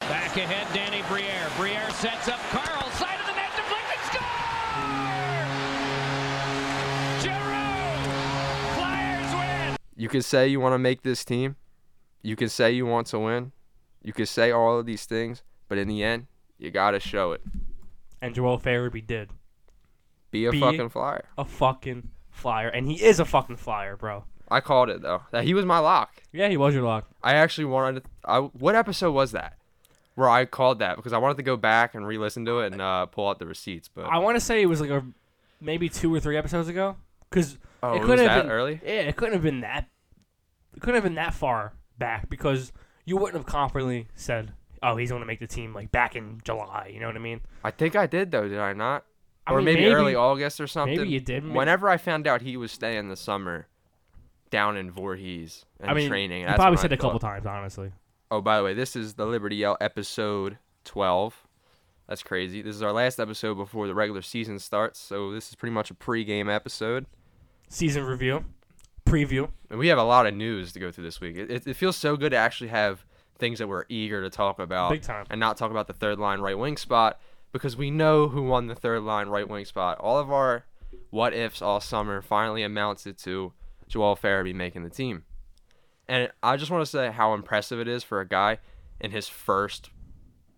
Back ahead, Danny Briere. Briere sets up Carl. Side of the net, deflected, score! Giroux! Flyers win! You could say you want to make this team. You could say you want to win. You could say all of these things, but in the end, you got to show it. And Joel Farabee did. Be a Be- fucking flyer. A fucking flyer. And he is a fucking flyer, bro. I called it though. That he was my lock. Yeah, he was your lock. I actually wanted. I what episode was that? Where I called that because I wanted to go back and re-listen to it and uh, pull out the receipts. But I want to say it was like a maybe two or three episodes ago, because Oh, it it couldn't was have that been early? Yeah, it couldn't have been that. It couldn't have been that far back because you wouldn't have confidently said, "Oh, he's going to make the team like back in July." You know what I mean? I think I did though. Did I not? I or mean, maybe, maybe- early August or something. maybe you did, maybe- Whenever I found out he was staying the summer down in Voorhees and I mean, training, You that's probably when I said it a couple thought- times, honestly. Oh, by the way, this is the Liberty Yell episode 12. That's crazy. This is our last episode before the regular season starts, so this is pretty much a pre-game episode. Season review, preview. And we have a lot of news to go through this week. It, it, it feels so good to actually have things that we're eager to talk about. Big time. And not talk about the third line right wing spot because we know who won the third line right wing spot. All of our what ifs all summer finally amounted to Joel Farabee making the team. And I just want to say how impressive it is for a guy in his first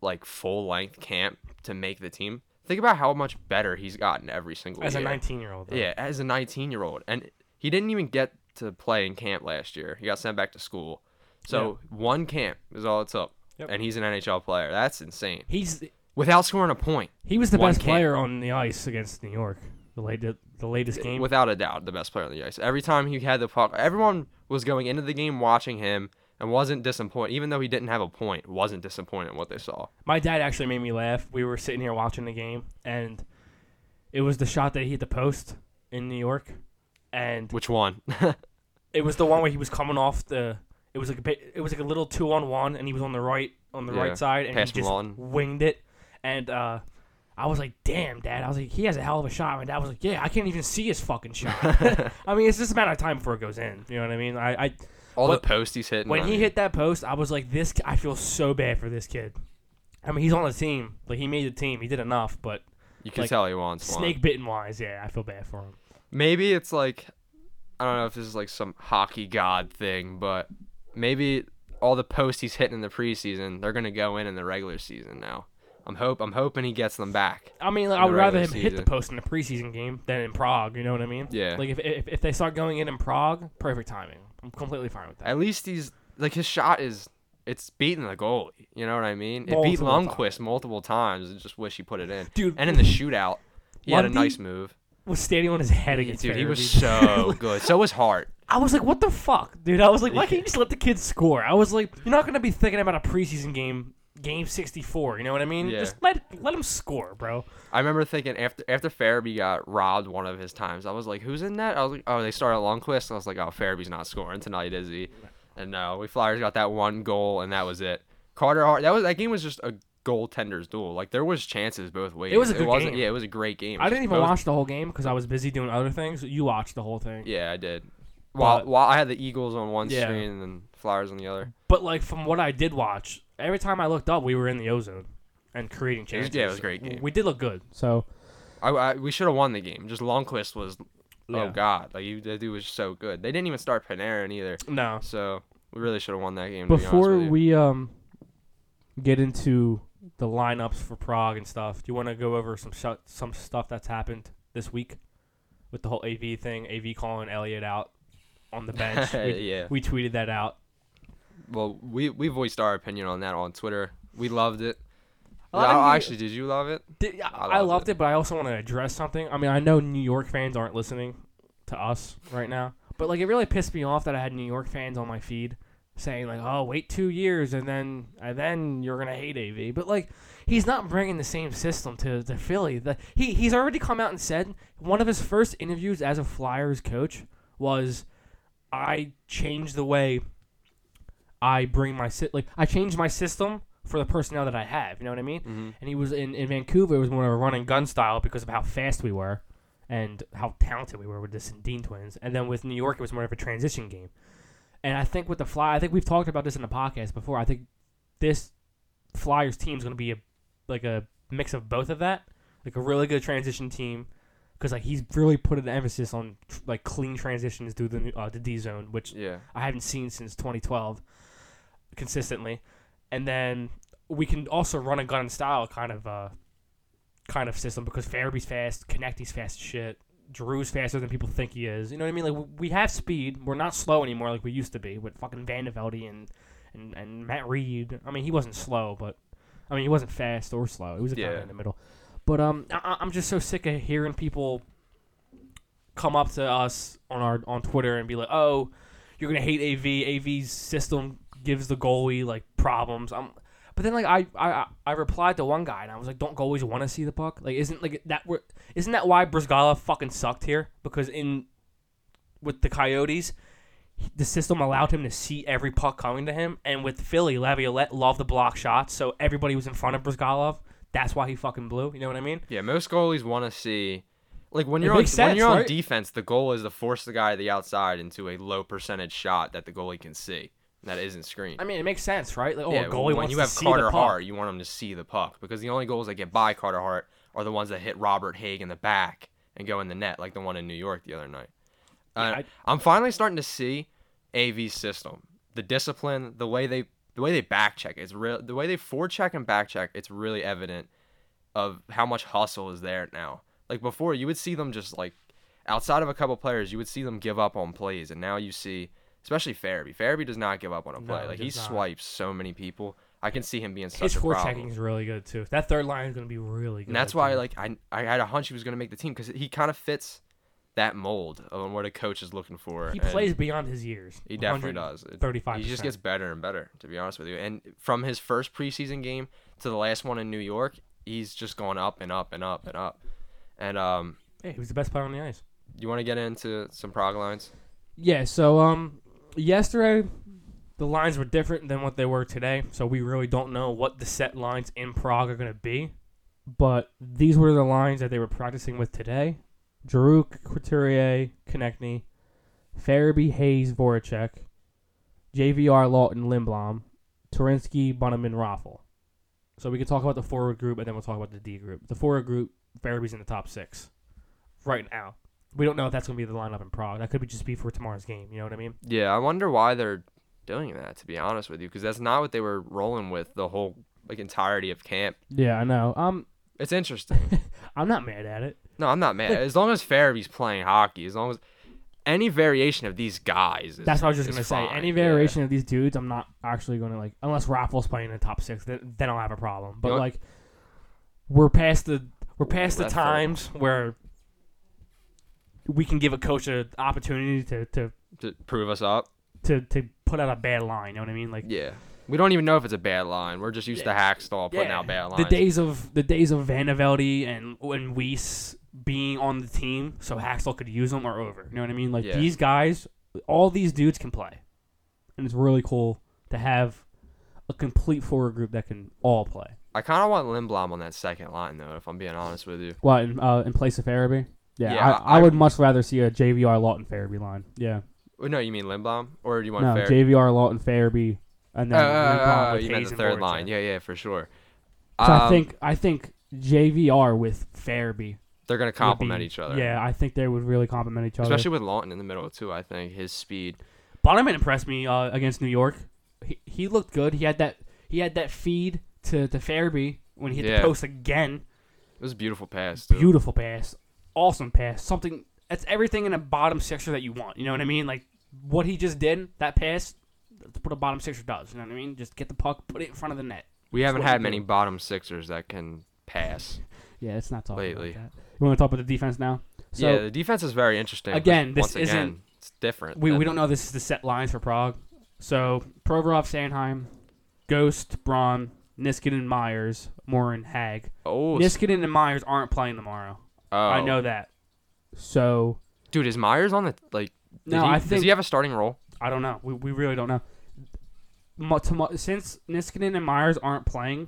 like full length camp to make the team. Think about how much better he's gotten every single As year. a 19-year-old, though. Yeah, as a 19 year old. And he didn't even get to play in camp last year. He got sent back to school. So one camp is all it took. Yep. And he's an NHL player. That's insane. he's Without scoring a point, he was the One best can't- player on the ice against New York. The latest, the latest game. without a doubt, the best player on the ice. Every time he had the puck, everyone was going into the game watching him and wasn't disappointed. Even though he didn't have a point, wasn't disappointed in what they saw. My dad actually made me laugh. We were sitting here watching the game, and it was the shot that he hit the post in New York, and Which one? it was the one where he was coming off the. It was like a bit, it was like a little two on one, and he was on the right on the Yeah, right side, and he past just Malone. winged it. And uh, I was like, "Damn, Dad!" I was like, "He has a hell of a shot." My dad was like, "Yeah, I can't even see his fucking shot." I mean, it's just a matter of time before it goes in. You know what I mean? I, I all What- the posts he's hitting. when I he mean, hit that post, I was like, "This, I feel so bad for this kid." I mean, he's on the team. Like he made the team. He did enough, but you can like, tell he wants one. snake bitten wise, yeah, I feel bad for him. maybe it's like I don't know if this is like some hockey god thing, but maybe all the posts he's hitting in the preseason, they're gonna go in in the regular season now. I'm hope I'm hoping he gets them back. I mean, like, In I the would rather him regular hit the season. post in a preseason game than in Prague. You know what I mean? Yeah. Like if if, if they start going in in Prague, perfect timing. I'm completely fine with that. At least he's like his shot is it's beating the goalie. You know what I mean? It beat Multiple Lundqvist multiple times. I just wish he put it in. Dude, and in the shootout, he had a Lundy- nice move. was standing on his head Dude, against. he was Fairview. so good. So was Hart. I was like, what the fuck, dude? I was like, why can't you just let the kid score? I was like, you're not gonna be thinking about a preseason game, game 64. You know what I mean? Yeah. Just let let him score, bro. I remember thinking after after Farabee got robbed one of his times, I was like, "Who's in that?" I was like, "Oh, they started Longquist." I was like, "Oh, Farabee's not scoring tonight, is he?" And no, we Flyers got that one goal, and that was it. Carter Hart. That was that game was just a goaltender's duel. Like there was chances both ways. It was a good wasn't- game. Yeah, it was a great game. I It was didn't just even both- watch the whole game because I was busy doing other things. You watched the whole thing. Yeah, I did. While But- while I had the Eagles on one Yeah. screen and then Flyers on the other. But like from what I did watch, every time I looked up, we were in the ozone and creating was- chances. yeah, it was a great game. We did look good. So I, I we should have won the game. Just Longquist was, oh Yeah. god, like you, that dude was so good. They didn't even start Panarin either, no. so we really should have won that game. to be honest Before with you. we um get into the lineups for Prague and stuff, do you want to go over some sh- some stuff that's happened this week with the whole AV thing? AV calling Elliot out on the bench. we, Yeah. we tweeted that out. Well, we we voiced our opinion on that on Twitter. We loved it. A lot of Well, you- actually, did you love it? Did, I I, I loved loved it. it. but I also want to address something. I mean, I know New York fans aren't listening to us right now, but like it really pissed me off that I had New York fans on my feed saying like, "Oh, wait two years and then and then you're gonna hate AV." But like, he's not bringing the same system to to Philly. The, he he's already come out and said one of his first interviews as a Flyers coach was, "I changed the way I bring my sit like I changed my system for the personnel that I have. You know what I mean? And he was in in Vancouver. It was more of a run and gun style because of how fast we were and how talented we were with the Sandine twins. And then with New York, it was more of a transition game. And I think with the fly, I think we've talked about this in the podcast before. I think this Flyers team's going to be a like a mix of both of that, like a really good transition team, because like he's really put an emphasis on tr- like clean transitions through the new- uh, the D zone, which Yeah. I haven't seen since 2012 consistently. And then we can also run a gun and style kind of uh, kind of system because Fairby's fast, Connecty's fast as shit, Drew's faster than people think he is. You know what I mean? Like w- we have speed. We're not slow anymore like we used to be with fucking Vandevelde and and, and Matt Reed. I mean, he wasn't slow, but I mean, he wasn't fast or slow. He was a kind Yeah. of in the middle. But um, I- I- I'm just so sick of hearing people come up to us on our on Twitter and be like, "Oh, you're gonna hate AV. AV's system gives the goalie like problems." I'm, but then like I I I replied to one guy and I was like, "Don't goalies want to see the puck? Like, isn't like that were isn't that why Brizgala fucking sucked here? Because in with the Coyotes." The system allowed him to see every puck coming to him, and with Philly, Laviolette loved the block shots, so everybody was in front of Brizgalov. That's why he fucking blew. You know what I mean? Yeah, most goalies want to see like when It you're on, makes when sense, you're on right? defense, the goal is to force the guy to the outside into a low percentage shot that the goalie can see that isn't screened. I mean, it makes sense, right? Like, oh, yeah, a goalie when wants you to have see Carter the puck. Hart, you want him to see the puck because the only goals that get by Carter Hart are the ones that hit Robert Haig in the back and go in the net, like the one in New York the other night. Uh, I- I'm finally starting to see AV's system, the discipline, the way they the way they back check. It's real. The way they forecheck and back check. It's really evident of how much hustle is there now. Like before, you would see them just like outside of a couple players, you would see them give up on plays, and now you see, especially Farabee. Farabee does not give up on a play. he like he does not. swipes so many people. I can see him being such His a forechecking problem. checking is really good too. That third line is going to be really good. And that's why, too. like, I I had a hunch he was going to make the team because he kind of fits that mold of what a coach is looking for. he and- plays beyond his years. He definitely does. It- Thirty-five. He just gets better and better, to be honest with you. And from his first preseason game to the last one in New York, he's just gone up and up and up and up. And um, Hey, he was the best player on the ice. you want to get into some prog lines? Yeah. So um, yesterday the lines were different than what they were today. So we really don't know what the set lines in Prague are going to be. But these were the lines that they were practicing with today: Giroux, Couturier, Konechny, Farabee, Hayes, Voracek, JVR, Lawton, Lindblom, Torinsky, Bunneman, Raffle. So we can talk about the forward group, and then we'll talk about the D group. The forward group, Farabee's in the top six right now. We don't know if that's going to be the lineup in Prague. That could be just be for tomorrow's game. You know what I mean? Yeah, I wonder why they're doing that, to be honest with you, because that's not what they were rolling with the whole like entirety of camp. Yeah, I know. Um, It's interesting. I'm not mad at it. no, I'm not mad. As long as Farabee's playing hockey, as long as any variation of these guys. Is, That's what I was just is gonna say. fine, Any yeah. variation of these dudes, I'm not actually gonna like unless Raffles playing in the top six, then, then I'll have a problem. But You know- like, we're past the we're past the That's fair. times where we can give a coach an opportunity to to to prove us up. to, to put out a bad line. You know what I mean? Like Yeah. We don't even know if it's a bad line. We're just used to Hackstall putting out bad lines. The days of the days of Vanavelde and and Weiss being on the team, so Haxel could use them, are over. You know what I mean? Like Yeah. these guys, all these dudes can play, and it's really cool to have a complete forward group that can all play. I kind of want Lindblom on that second line, though, if I'm being honest with you. Well, in, uh, in place of Farabee, yeah, Yeah, I, I, I- would much rather see a JVR Lawton Farabee line. Yeah, Wait, Oh, No, you mean Lindblom? Or do you want no, Fair? JVR Lawton Farabee, and Oh, then oh, Lindblom oh, oh, with you meant Hayes the and third Voracek. line. Yeah, yeah, for sure. So I Um, think I think JVR with Farabee they're going to would complement be- each other. Yeah, I think they would really complement each other. Especially with Lawton in the middle, too, I think. His speed. Bonneman impressed me uh, against New York. He, he looked good. He had that he had that feed to to Fairby when he hit Yeah. the post again. It was a beautiful pass, too. Beautiful pass, awesome pass. Something that's everything in a bottom sixer that you want. You know what I mean? Like what he just did that pass. That's what a bottom sixer does. You know what I mean? Just get the puck, put it in front of the net. we haven't what had you many do. bottom sixers that can pass. Yeah, it's not talking Lately. about that. You want to talk about the defense now? So yeah, the defense is very interesting. 'cause Again, this once again, isn't- It's different. we, we than- don't know this is the set lines for Prague. So Provorov, Sandheim, Ghost, Braun, Niskanen, Myers, Morin, Hag. Oh, s- Niskanen and Myers aren't playing tomorrow. oh. I know that. So Dude, is Myers on the. Like, did No, he- I Does think- he have a starting role? I don't know. We, we really don't know. Mu- tomo- Since Niskanen and Myers aren't playing,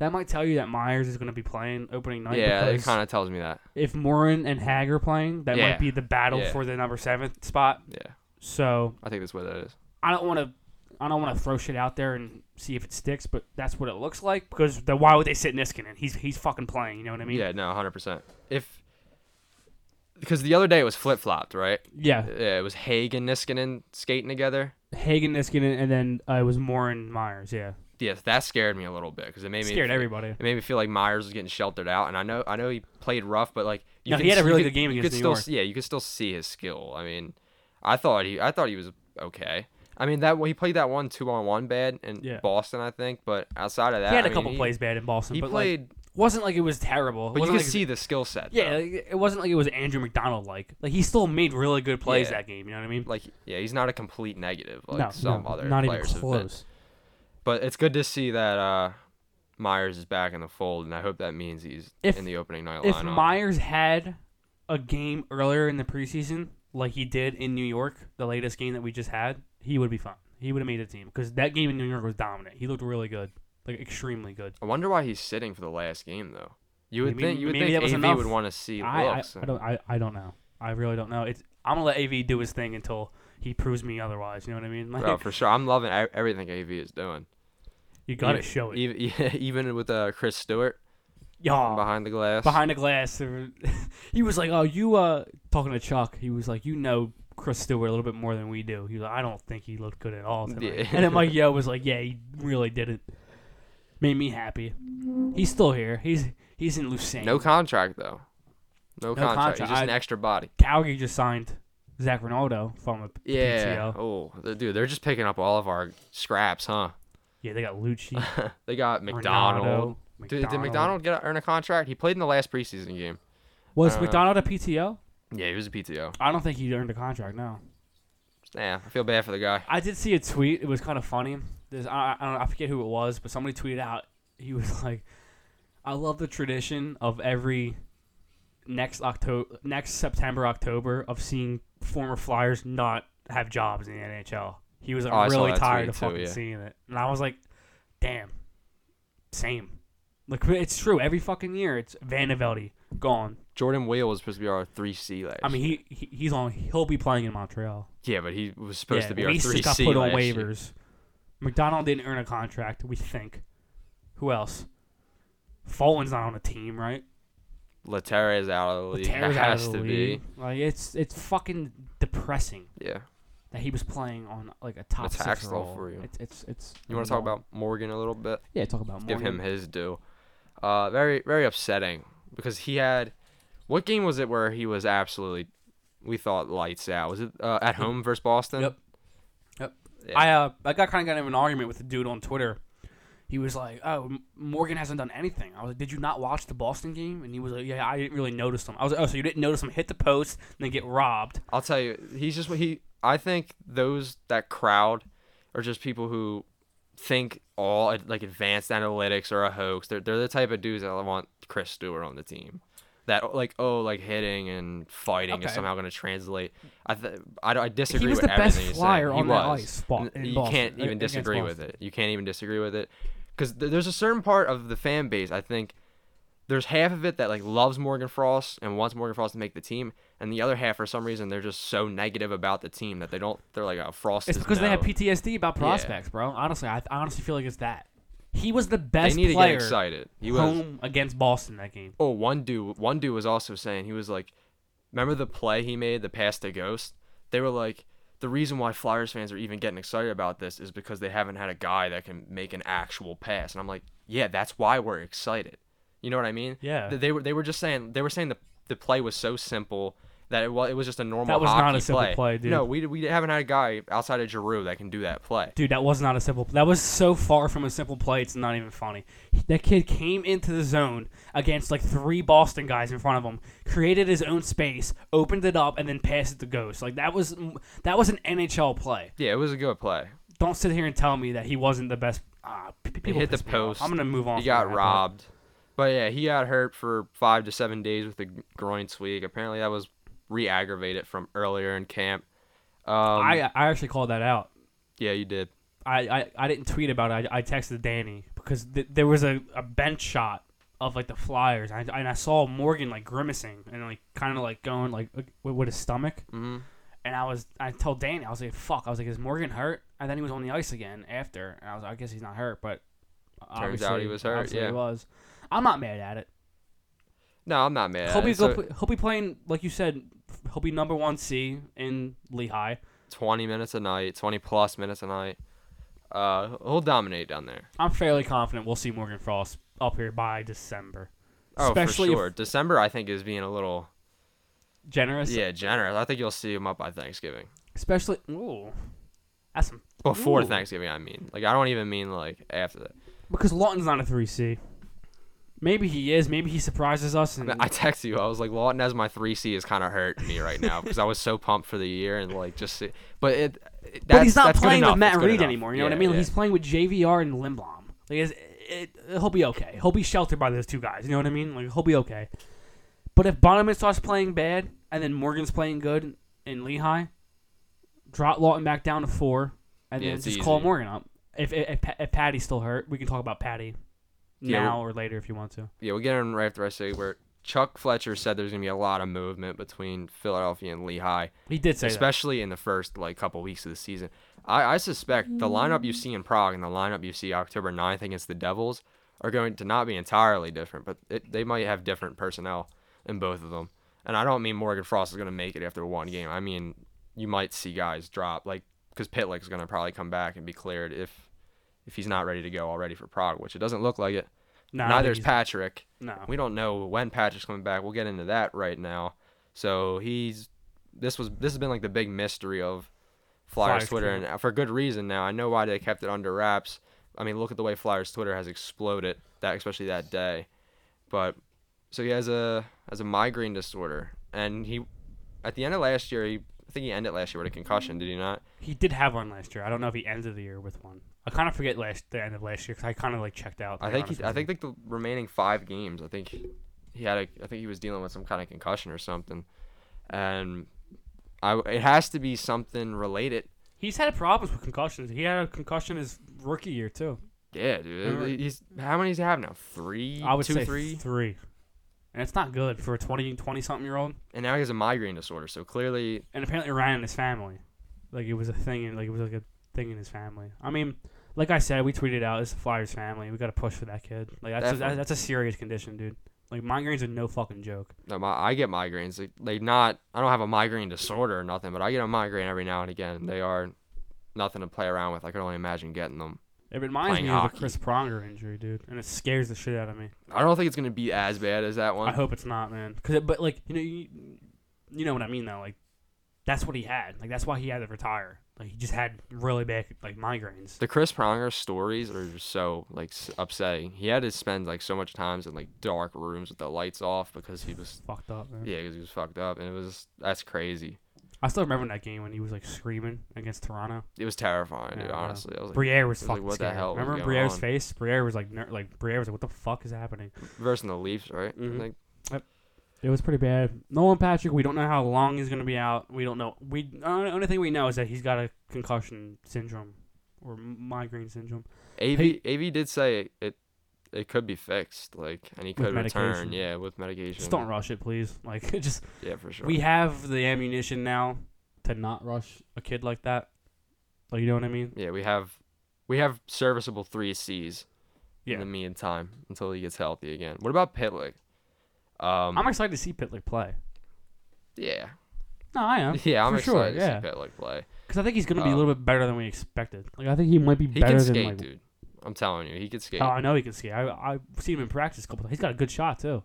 that might tell you that Myers is going to be playing opening night. Yeah, it because kind of tells me that. If Morin and Hag are playing, that Yeah. might be the battle Yeah. for the number seventh spot. Yeah, So I think that's what that is. I don't want to. I don't want to throw shit out there and see if it sticks, but that's what it looks like. Because then why would they sit Niskanen? He's he's fucking playing. You know what I mean? Yeah, no, hundred percent. If because the other day it was flip flopped, right? Yeah. Yeah, it was Haig and Niskanen skating together. Hagen Niskanen, and then uh, it was Morin Myers. Yeah. Yeah, that scared me a little bit because it made me Scared everybody. It made me feel like Myers was getting sheltered out, and I know I know he played rough, but like you No, can he had a s- you really could- good game you against could New still, Yeah, you could still see his skill. I mean, I thought he I thought he was okay. I mean that he played that one two on one bad in Yeah. Boston, I think, but outside of that, He had a a couple plays bad in Boston. He but played, Like, wasn't like it was terrible. It but you wasn't could like- see the skill set. Yeah, though. like, it wasn't like it was Andrew McDonald like. Like he still made really good plays Yeah. that game. You know what I mean? like yeah, he's not a complete negative like no, some no, other not even players have been. close. But it's good to see that uh, Myers is back in the fold, and I hope that means he's If- in the opening night If lineup. Myers had a game earlier in the preseason, like he did in New York, the latest game that we just had, he would be fine. He would have made a team because that game in New York was dominant. He looked really good, like extremely good. I wonder why he's sitting for the last game though. You would Maybe- think you would maybe think that was AV enough. would want to see I, I, looks. I don't I, I don't know. I really don't know. It's I'm gonna let AV do his thing until he proves me otherwise. You know what I mean? Like, Bro, for sure. I'm loving e- everything AV is doing. you gotta Even- show it. Even, yeah, even with uh, Chris Stewart Yeah. behind the glass. behind the glass. or- he was like, "Oh, you uh talking to Chuck." He was like, "You know Chris Stewart a little bit more than we do." He was like, "I don't think he looked good at all tonight." Yeah. And then Mike Yo was like, "Yeah, he really didn't." Made me happy. He's still here. He's he's in Lucerne. No contract though. No, contract. He's contract. just an I- extra body. Calgary just signed Zach Ronaldo from a Yeah. PTO. Oh, the- dude, they're just picking up all of our scraps, huh? Yeah, they got Lucci, they got McDonald. McDonald. Dude, did McDonald get earn a contract? He played in the last preseason game. was Uh, McDonald a PTO? Yeah, he was a PTO. I don't think he earned a contract. No. Yeah, I feel bad for the guy. I did see a tweet. It was kind of funny. There's, I, I, don't know, I forget who it was, but somebody tweeted out. He was like, "I love the tradition of every next October, next September, October of seeing former Flyers not have jobs in the NHL." He was like, Oh, I "I'm saw really that tired tweet of too, fucking yeah. seeing it," and I was like, "Damn, same." Like it's true. Every fucking year, it's Vanderbilt gone. Jordan Wheel was supposed to be our three C last. I mean, he, he he's on. He'll be playing in Montreal. yeah, but he was supposed to be our Reese just three got C put on last year. waivers. McDonald didn't earn a contract. We think. Who else? Follins not on a team, right? Laterra is out of the league. Terra's out has of the to league. Like it's it's fucking depressing be. Yeah. that he was playing on like a top It's six Axtell role. for you. It's it's it's. You want to talk about Morgan a little bit? Yeah, talk about Give him Morgan. his due. Uh, very very upsetting because he had. What game was it where he was absolutely? We thought lights out. Was it uh, at home versus Boston? Yep. Yep. Yeah. I uh, I got kind of got into an argument with a dude on Twitter. He was like, "Oh, M- Morgan hasn't done anything." I was like, "Did you not watch the Boston game?" And he was like, "Yeah, I didn't really notice him." I was like, "Oh, so you didn't notice him hit the post and then get robbed?" I'll tell you, he's just he. I think those that crowd are just people who think all like advanced analytics are a hoax. They're they're the type of dudes that want Chris Stewart on the team. That like oh like hitting and fighting is Okay. somehow going to translate. I th- I, don't- I disagree was with the best everything he's flyer saying. He on that was. ice spot N- in you Boston, can't a- even against disagree with it. You can't even disagree with it because th- there's a certain part of the fan base I think there's half of it that like loves Morgan Frost and wants Morgan Frost to make the team, and the other half for some reason they're just so negative about the team that they don't. They're like, oh, Frost. It's is because they no." have PTSD about prospects, bro. Honestly, I, I honestly feel like it's that. He was the best They need to get player excited. He was. home against Boston that game. Oh, one dude. One dude was also saying he was like, remember the play he made, the pass to Ghost. They were like, the reason why Flyers fans are even getting excited about this is because they haven't had a guy that can make an actual pass. And I'm like, yeah, that's why we're excited. You know what I mean? Yeah. Th- They, were they were just saying they were saying the the play was so simple that it was it was just a normal. That was not hockey a simple play, dude. No, we we haven't had a guy outside of Giroux that can do that play. Dude, that was not a simple. That was so far from a simple play. It's not even funny. He- That kid came into the zone against like three Boston guys in front of him, created his own space, opened it up, and then passed it to Ghost. Like that was that was an NHL play. Yeah, it was a good play. Don't sit here and tell me that he wasn't the best. Ah, p- p- He people hit the piss me off. post. I'm gonna move on. He from got that, but- robbed. But yeah, he got hurt for five to seven days with a g- groin tweak. Apparently, that was re-aggravated from earlier in camp. Um, I I actually called that out. yeah, you did. I, I, I didn't tweet about it. I, I texted Danny because th- there was a, a bench shot of like the Flyers, and I, and I saw Morgan like grimacing and like kind of like going like, like with, with his stomach, Mhm. And I was, I told Danny, I was like, "Fuck!" I was like, "Is Morgan hurt?" And then he was on the ice again after, and I was, like, "I guess he's not hurt," but Turns obviously, out he was hurt, obviously yeah. he was. I'm not mad at it. No, I'm not mad. Hope At he it. go So, pl- hope he playing like you said. Hope he number one C in Lehigh. 20 minutes a night, 20 plus minutes a night. Uh, he'll dominate down there. I'm fairly confident we'll see Morgan Frost up here by December. Oh, Especially for if- sure. December, I think, is being a little Generous, yeah generous. I think you'll see him up by Thanksgiving. especially. Ooh, that's some Before Ooh. Thanksgiving, I mean. Like I don't even mean like after that. because Lawton's not a three C. Maybe he is. Maybe he surprises us. And I texted you. I was like, Lawton as my three C is kind of hurting me right now because I was so pumped for the year and like just. See, but it. That's, but he's not that's good playing enough. with Matt It's good Reed enough. anymore. You know what I Yeah, mean? Like, yeah. He's playing with JVR and Limblom. Like, it's, it, it, he'll be okay. He'll be sheltered by those two guys. You know what I mean? Like, he'll be okay. But if Bonneman starts playing bad and then Morgan's playing good in Lehigh, drop Lawton back down to four and Yeah, then it's just call easy. Morgan up. If, if, if Pa- if Patty's still hurt, we can talk about Patty Yeah, now or later if you want to. yeah, we'll get in right after I say where Chuck Fletcher said there's gonna be a lot of movement between Philadelphia and Lehigh, He did say that. especially in the first like couple weeks of the season. I, I suspect the lineup you see in Prague and the lineup you see October 9th against the Devils are going to not be entirely different, but it, they might have different personnel in both of them. And I don't mean Morgan Frost is going to make it after one game. I mean you might see guys drop like because Pitlick's going to probably come back and be cleared if if he's not ready to go already for Prague, which it doesn't look like it. No, I Neither think is he's- Patrick. No. We don't know when Patrick's coming back. We'll get into that right now. So he's this was this has been like the big mystery of Flyers, Flyers Twitter, and for good reason. Now I know why they kept it under wraps. I mean, look at the way Flyers Twitter has exploded that, especially that day. But so he has a has a migraine disorder, and he at the end of last year, he, I think he ended last year with a concussion. Did he not? He did have one last year. I don't know if he ended the year with one. I kind of forget last the end of last year because I kind of like checked out. to I be think honest he, with I you. think like the remaining five games, I think he had a, I think he was dealing with some kind of concussion or something, and I it has to be something related. He's had problems with concussions. He had a concussion his rookie year too. Yeah, dude. Remember- He's how many does he have now? Three, I would two, say three? three. And it's not good for a 20, 20 something year old. and now he has a migraine disorder. So clearly, And apparently Ryan and his family, like it was a thing, in, like it was like a thing in his family. I mean, like I said, we tweeted out it's the Flyers family. We got to push for that kid. Like that's a, Definitely. that's a serious condition, dude. Like migraines are no fucking joke. no, my, I get migraines. Like, like not, I don't have a migraine disorder or nothing, but I get a migraine every now and again. They are nothing to play around with. I can only imagine getting them. It reminds Playing me of hockey. the Chris Pronger injury, dude, and it scares the shit out of me. I don't think it's gonna be as bad as that one. I hope it's not, man. Cause it, but like you know, you, you know what I mean though. Like that's what he had. Like that's why he had to retire. Like he just had really bad like migraines. The Chris Pronger stories are just so like s- upsetting. He had to spend like so much times in like dark rooms with the lights off because he was Fucked up, man. yeah because he was fucked up and it was that's crazy. I still remember that game when he was like screaming against Toronto. It was terrifying, Yeah, dude. I know. Honestly, I was like Briere was it was like, fucking what the scared. hell was Remember going Briere's on? face? Briere was like ner- like Briere was like, what the fuck is happening? versing the Leafs, right? I Mhm. think- It was pretty bad. Nolan Patrick, we don't know how long he's gonna be out. We don't know. We the only only thing we know is that he's got a concussion syndrome or migraine syndrome. Av Hey- Av did say it, it could be fixed, like, and he With could return, medication. yeah, with medication. Just don't rush it, please. Like just Yeah, for sure. we have the ammunition now to not rush a kid like that. Like you know what I mean? yeah, we have we have serviceable three C's in Yeah. the meantime until he gets healthy again. What about Pitlick? Um, I'm excited to see Pitlick play. yeah, No, I am. yeah, I'm for sure, excited yeah. to see Pitlick play. Because I think he's gonna be Uh, a little bit better than we expected. Like I think he might be He better can than skate, like. dude. I'm telling you, he can skate. Oh, I know he can skate. I I've seen him in practice a couple times. He's got a good shot too.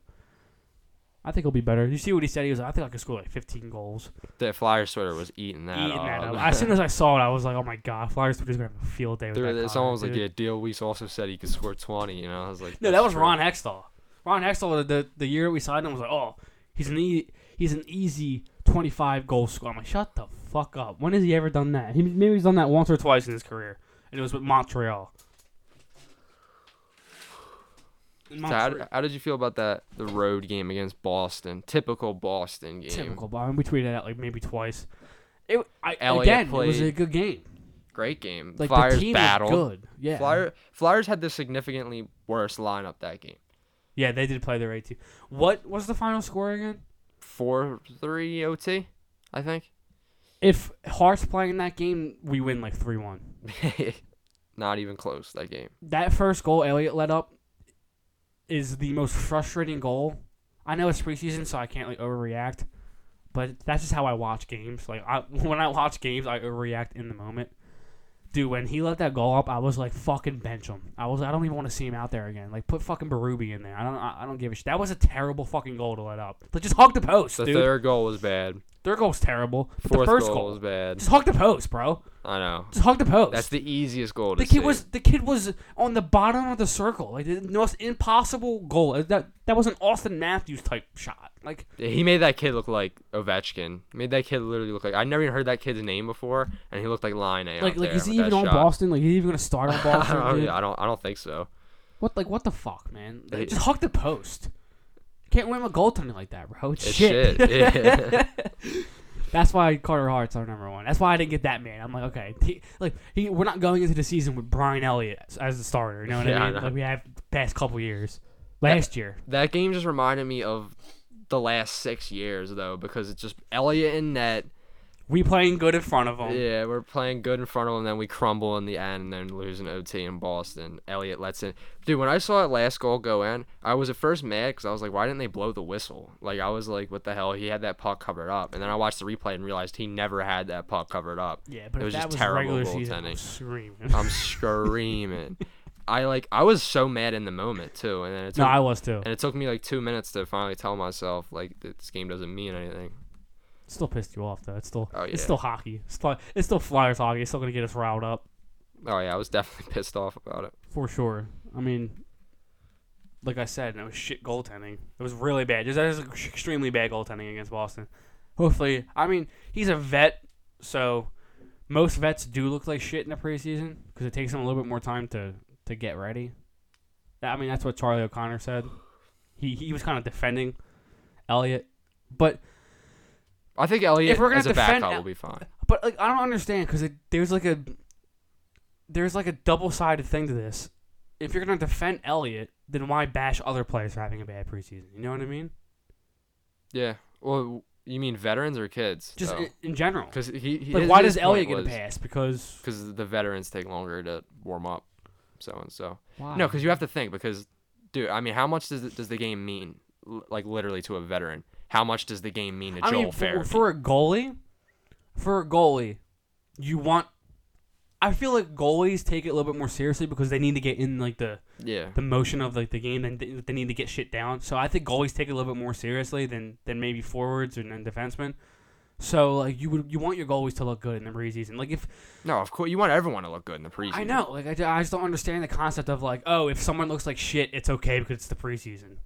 I think he'll be better. You see what he said? He was. like, I think I could score like 15 goals. the Flyers sweater was eating that. Eating that up. up. as soon as I saw it, I was like, "Oh my god, Flyers are just gonna have a field day with There- that." there- comment, someone was like, dude." "Yeah, Dale Weiss also said he could score 20." You know, I was like, No, that "That's was true." Ron Hextall. Ron Hextall, the, the the year we signed him, was like, oh, he's an e- he's an easy twenty five goal scorer. I'm like, shut the fuck up. When has he ever done that? He maybe he's done that once or twice in his career, and it was with Montreal. In So how, Montreal. how did you feel about that the road game against Boston? Typical Boston game. Typical Bob. We tweeted out like maybe twice. It I, Elliott again, it was played- a good game. Great game. Like Flyers the team battled. is good. Yeah. Flyer, Flyers had the significantly worse lineup that game. Yeah, they did play their 18. What was the final score again? Four three OT, I think. If Hart's playing that game, we win like three one. Not even close that game. That first goal Elliot let up is the most frustrating goal. I know it's preseason, so I can't like overreact, but that's just how I watch games. Like I, when I watch games, I overreact in the moment. Dude, when he let that goal up, I was like, "Fucking bench him." I was, I don't even want to see him out there again. Like, put fucking Baruby in there. I don't, I, I don't give a shit. That was a terrible fucking goal to let up. Like, just hug the post, The dude. third goal was bad. Their goal's terrible. but Fourth the first goal, goal, was bad. just hug the post, bro. I know. Just hug the post. That's the easiest goal to the kid see. was the kid was on the bottom of the circle, like the most impossible goal. Uh, That that was an Austin Matthews type shot. Like Yeah, He made that kid look like Ovechkin. Made that kid literally look like I never even heard that kid's name before, and he looked like Line A. like out like there is he with that even on shot. Oh, Boston? Like is he even gonna start on I Boston? don't, dude? I don't. I don't think so. What like what the fuck, man? Like, They- just hug the post. Can't win a goaltender like that, bro. It's, It's shit. shit. Yeah. That's why Carter Hart's our number one. That's why I didn't get that man. I'm like, okay, he, like he, we're not going into the season with Brian Elliott as- as the starter. You know what Yeah, I I mean? know. Like we have the past couple years, last year. That game just reminded me of the last six years though, because it's just Elliot and net. We playing good in front of them. Yeah, we're playing good in front of them, then we crumble in the end, and then lose an OT in Boston. Elliot lets in. Dude, when I saw that last goal go in, I was at first mad because I was like, why didn't they blow the whistle? Like, I was like, what the hell? He had that puck covered up. And then I watched the replay and realized he never had that puck covered up. Yeah, but it if was that just was terrible regular season, I'm goaltending. screaming. I'm screaming. I like I was so mad in the moment too, and then it took, no, I was too. and it took me like two minutes to finally tell myself like that this game doesn't mean anything. Still pissed you off though. It's still Oh, it's yeah. still hockey. It's, still- it's still Flyers hockey. It's still gonna get us riled up Oh yeah, I was definitely pissed off about it. for sure. I mean, like I said, it was shit goaltending. It was really bad. Just that is extremely bad goaltending against Boston. Hopefully, I mean he's a vet, so most vets do look like shit in the preseason because it takes them a little bit more time to to get ready. That- I mean that's what Charlie O'Connor said. He he was kind of defending Elliot, but I think Elliot If we're gonna as a defend backup El- will be fine. But like I don't understand because there's like a there's like a double sided thing to this. If you're gonna defend Elliott, then why bash other players for having a bad preseason? You know what I mean? Yeah. Well, you mean veterans or kids? Just in, in general. because he, he Like, why does Elliott get a pass? Because Because the veterans take longer to warm up, so and so. why? No, because you have to think. Because, dude, I mean, how much does does the game mean? L- like literally to a veteran, how much does the game mean to I Joel mean, for, Farabee? for a goalie, for a goalie, you want. I feel like goalies take it a little bit more seriously because they need to get in like the yeah. the motion of like the game and th- they need to get shit down. So I think goalies take it a little bit more seriously than than maybe forwards and then defensemen. So like you would you want your goalies to look good in the preseason. Like if No, of course you want everyone to look good in the preseason. I know like I, ju- I just don't understand the concept of like oh if someone looks like shit it's okay because it's the preseason.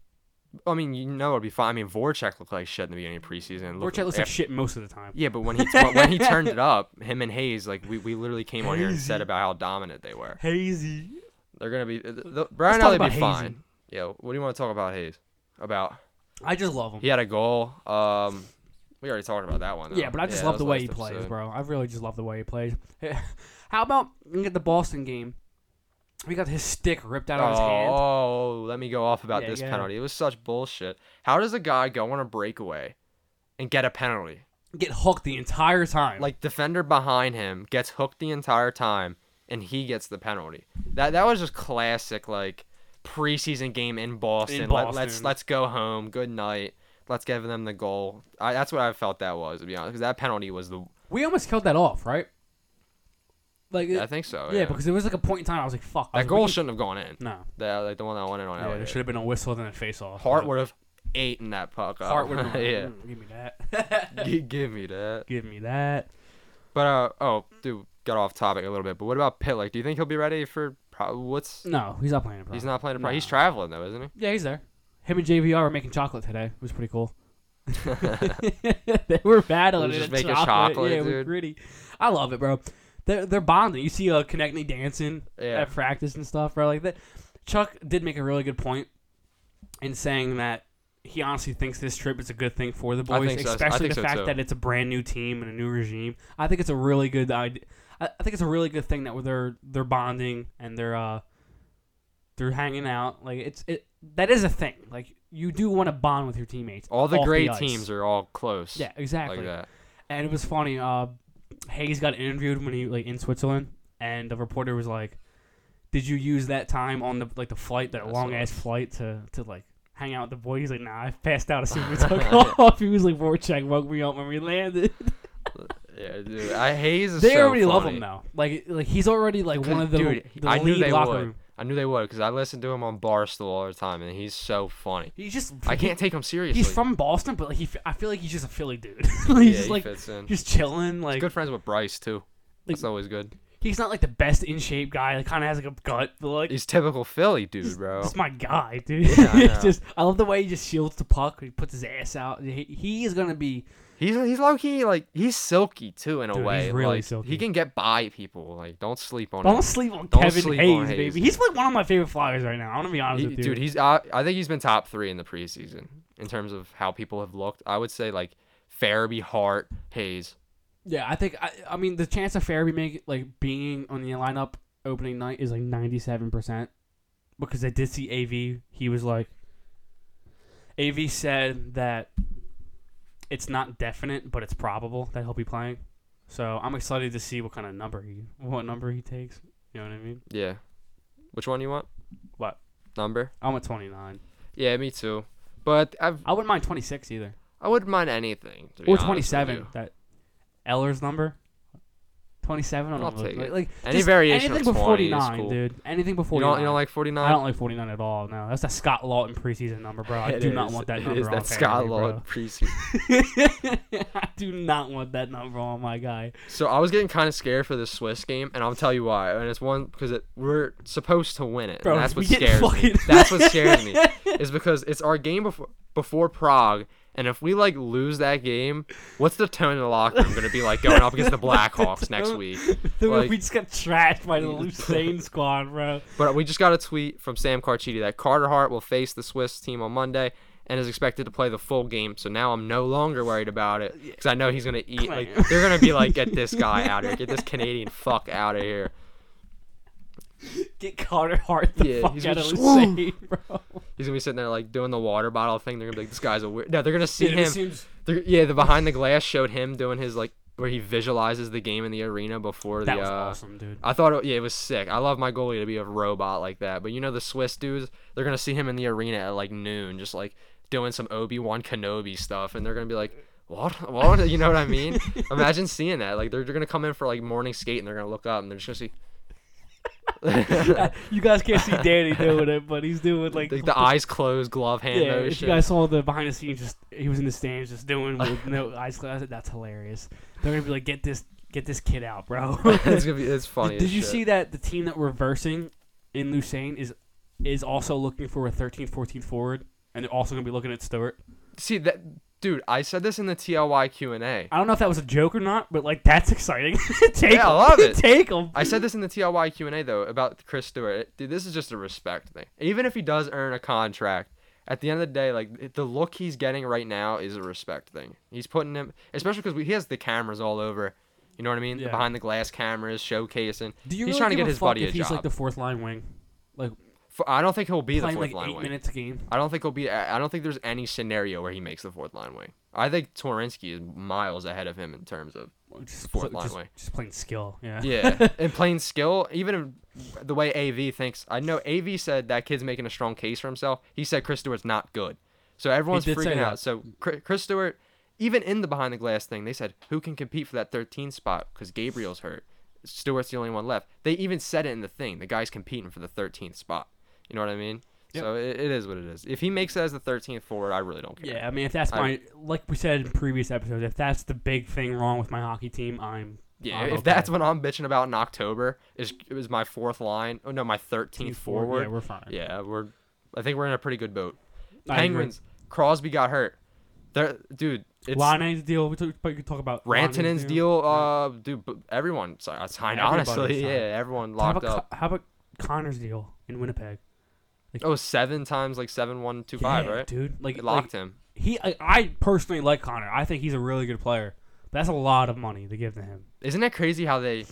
I mean, you know it'd be fine. I mean, Voracek looked like shit in the beginning of preseason. and Voracek looks like shit most of the time. Yeah, but when he but when he turned it up, him and Hayes, like we, we literally came on here and said about how dominant they were. Hazy. They're gonna be the, the, Brian talk Elliott be about Hayes. fine. Yeah, what do you want to talk about Hayes? About I just love him. he had a goal. Um, we already talked about that one. though. Yeah, but I just that love the was way last he plays, episode. bro. I really just love the way he plays. How about look at the Boston game? We got his stick ripped out of his hand. Oh, oh, let me go off about Yeah, this go ahead. penalty. It was such bullshit. How does a guy go on a breakaway and get a penalty? Get hooked the entire time. Like defender behind him gets hooked the entire time and he gets the penalty. That that was just classic like preseason game in Boston. Let, let's Boston. let's go home. Good night. Let's give them the goal. I, that's what I felt that was to be honest. Because that penalty was the We almost killed that off, right? Like, I think so. oh, Yeah, yeah, because there was like a point in time I was like, "Fuck." that I was like, goal we shouldn't have gone in. can- no. That like the one that went in on Yeah, there Elliott. should have been a whistle and a face off. Hart would have eaten that puck up. Hart would. have been yeah. like, "Mm, Give me that. G- give me that. Give me that. But uh oh, dude, got off topic a little bit. But what about Pitlick? Do you think he'll be ready for pro- what's? No, he's not playing. It, He's not playing. A pro- He's No. traveling though, isn't he? Yeah, he's there. Him and JVR were making chocolate today. It was pretty cool. they were battling. They were just at making chocolate, Yeah, it was dude. pretty. I love it, bro. They're, they're bonding. You see uh, Konechny dancing Yeah. at practice and stuff, bro. Like that. Chuck did make a really good point in saying that he honestly thinks this trip is a good thing for the I boys, think so. I especially think the so, fact too. that it's a brand new team and a new regime. I think it's a really good idea. I I think it's a really good thing that they're they're bonding and they're uh they're hanging out. Like it's it that is a thing. Like you do want to bond with your teammates. All the off great ice. teams are all close. Yeah, exactly. Like that. And it was funny. Uh, Hayes got interviewed when he like in Switzerland, and the reporter was like, "Did you use that time on the like the flight, that That's long ass awesome. flight to to like hang out with the boys?" He's like, "Nah, I passed out as soon as we took off." He was like, "Vorchek woke me up when we landed." Yeah, dude. I Hayes is they so already love funny. him now. Like like he's already like one of the, Dude, the I knew lead they locker would. room. I knew they would because I listened to him on Barstool all the time, and he's so funny. He's just I can't take him seriously. He's from Boston, but like, he f- I feel like he's just a Philly dude. like, he's yeah, just he like fits in. just chilling. Like Good friends with Bryce too. That's Like- always good. he's not like the best in shape guy. Like kind of has like a gut, but like He's typical Philly dude, bro. It's my guy, dude. I it's know. just I love the way he just shields the puck. He puts his ass out. He, he is gonna be. He's he's low key like he's silky too in a Dude, he's way. really like, silky. He can get by people. Like don't sleep on Don't him. sleep on Don't Kevin sleep on Hayes, Hayes. baby. He's like one of my favorite flyers right now. I'm gonna be honest He- with you, dude, he's I, I think he's been top three in the preseason in terms of how people have looked. I would say like Farabee, Hart, Hayes. yeah, I think I, I mean the chance of Farabee make like being on the lineup opening night is like 97 percent because I did see AV. He was like, AV said that it's not definite, but it's probable that he'll be playing. So I'm excited to see what kind of number he what number he takes. You know what I mean? Yeah. Which one you want? What? Number? I'm at 29. Yeah, me too. But I've I wouldn't mind 26 either. I wouldn't mind anything. to be Or honest with 27. you. That Eller's number. 27. I don't I'll know. take like, it. like, Any just variation Anything of 20 but is 49, cool. dude. Anything but You 49. don't you don't like forty I nine? don't like 49 at all. No, that's that Scott Lawton preseason number, bro. I do not want that number It is on that fantasy, Scott bro. Lord preseason. I do not want that number on my guy. So I was getting kind of scared for this Swiss game, and I'll tell you why. And it's one because it, we're supposed to win it. Bro, and that's what we get scares me. fucking- That's what scares me is because it's our game before before Prague, and if we like lose that game, what's the tone in the locker room going to be like going up against the Blackhawks next week? Dude, Like- we just got trashed by the Lucerne squad, bro. But we just got a tweet from Sam Carcetti that Carter Hart will face the Swiss team on Monday and is expected to play the full game. So now I'm no longer worried about it because I know he's gonna eat. Like Clam. they're gonna be like, get this guy out of here, get this Canadian fuck out of here. Get Carter Hart the Yeah, fuck he's out gonna of just- Woo! Lucerne, bro. He's gonna be sitting there like doing the water bottle thing. They're gonna be like, this guy's a weird. No, they're gonna see Dude, it him. seems- they're- yeah, the behind the glass showed him doing his like where he visualizes the game in the arena before that the. was uh, awesome, dude. I thought it, yeah, it was sick. I love my goalie to be a robot like that. But you know the Swiss dudes, they're gonna see him in the arena at like noon, just like doing some Obi Wan Kenobi stuff, and they're gonna be like, "What? What? You know what I mean?" Imagine seeing that. Like they're, they're gonna come in for like morning skate, and they're gonna look up, and they're just gonna see you guys can't see Danny doing it, but he's doing like like the eyes closed, glove hand yeah. If motion. you guys saw the behind the scenes, just he was in the stands, just doing with no eyes closed. That's hilarious. They're gonna be like, get this, get this kid out, bro. it's gonna be it's funny. Did as you shit. see that the team that we're reversing in Lucerne is is also looking for a 13-14 forward, and they're also gonna be looking at Stewart. See that, dude? I said this in the TLY Q and A. I don't know if that was a joke or not, but like that's exciting. take Yeah, I 'em. love it. take him. I said this in the TLY Q&A though about Chris Stewart. Dude, this is just a respect thing. Even if he does earn a contract, at the end of the day, like the look he's getting right now is a respect thing. He's putting him, especially because he has the cameras all over. You know what I mean? Yeah. The behind the glass cameras showcasing. Do you he's really trying to give get a his fuck buddy if a he's job. like the fourth line wing, like For- I don't think he'll be the playing fourth like line eight wing. minutes a game? I don't think he'll be. I I don't think there's any scenario where he makes the fourth line wing. I think Torinsky is miles ahead of him in terms of Just, Fourth pl- line just, wing. just plain skill. Yeah. yeah, and playing skill, even if the way AV thinks. I know AV said that kid's making a strong case for himself. He said Chris Stewart's not good, so everyone's did say freaking that. out. So Chri- Chris Stewart, even in the behind the glass thing, they said who can compete for that 13 spot because Gabriel's hurt. Stewart's the only one left. They even said it in the thing. The guy's competing for the 13th spot. You know what I mean? So it, it is what it is. If he makes it as the 13th forward, I really don't care. Yeah, I mean, if that's I- my like we said in previous episodes, if that's the big thing wrong with my hockey team, I'm Yeah, I'm if okay. that's what I'm bitching about in October, is is my fourth line? Oh no, my 13th forward. yeah, we're fine. Yeah, we're. I think we're in a pretty good boat. I agree. Penguins. Crosby got hurt. They're, dude, it's Line's deal. We talk, but you talk about Rantanen's Laine's deal. Uh, dude, b- everyone si- signed. Everybody Honestly, signed. yeah, everyone How locked about, up. Co- how about Connor's deal in Winnipeg? Oh, seven times like seven one two five, Yeah, right? dude. Like They locked like, him. He, I, I personally like Connor. I think he's a really good player. But that's a lot of money to give to him. Isn't that crazy how they?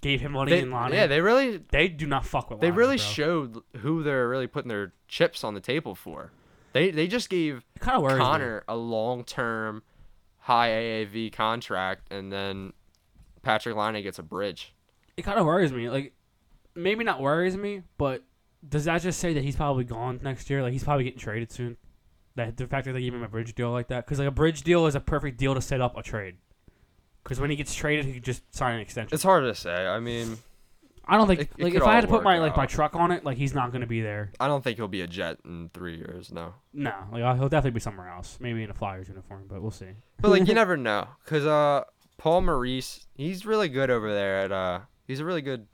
Gave him money they in Lonnie. yeah, they really, they do not fuck with. they Laine, really bro. showed who they're really putting their chips on the table for. They they just gave It kind of worries me. Connor a long term, high AAV contract, and then Patrick Line gets a bridge. It kind of worries me. Like, maybe not worries me, but does that just say that he's probably gone next year? Like, he's probably getting traded soon. That the fact that they gave him a bridge deal like that, because like a bridge deal is a perfect deal to set up a trade. Because when he gets traded, he could just sign an extension. It's hard to say. I mean, I don't think it- it like could if I had all to put work my like my out. truck on it, like he's not gonna be there. I don't think he'll be a Jet in three years. No, No, like I- he'll definitely be somewhere else. Maybe in a Flyers uniform, but we'll see. but like you never know, cause uh, Paul Maurice, he's really good over there at uh, he's a really good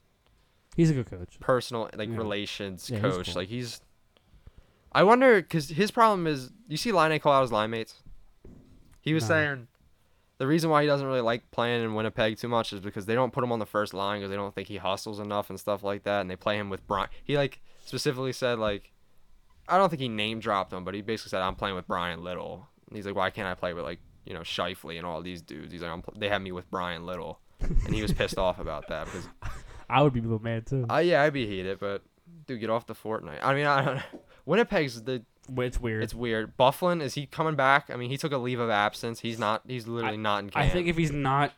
He's a good coach. personal like Yeah. relations Yeah, he's coach. cool. Like he's, I wonder, cause his problem is you see Line call out his line mates. He was No. saying the reason why he doesn't really like playing in Winnipeg too much is because they don't put him on the first line because they don't think he hustles enough and stuff like that, and they play him with Brian. He like specifically said like, I don't think he name dropped him, but he basically said I'm playing with Brian Little. And he's like, why can't I play with like you know Shifley and all these dudes? He's like, I'm pl- they have me with Brian Little, and he was pissed off about that because I would be a little mad too. uh, yeah, I'd be heated, but dude, get off the Fortnite. I mean, I don't know. Winnipeg's the But it's weird. it's weird. Bufflin is he coming back? I mean, he took a leave of absence. He's not. He's literally not in camp. I think if he's not,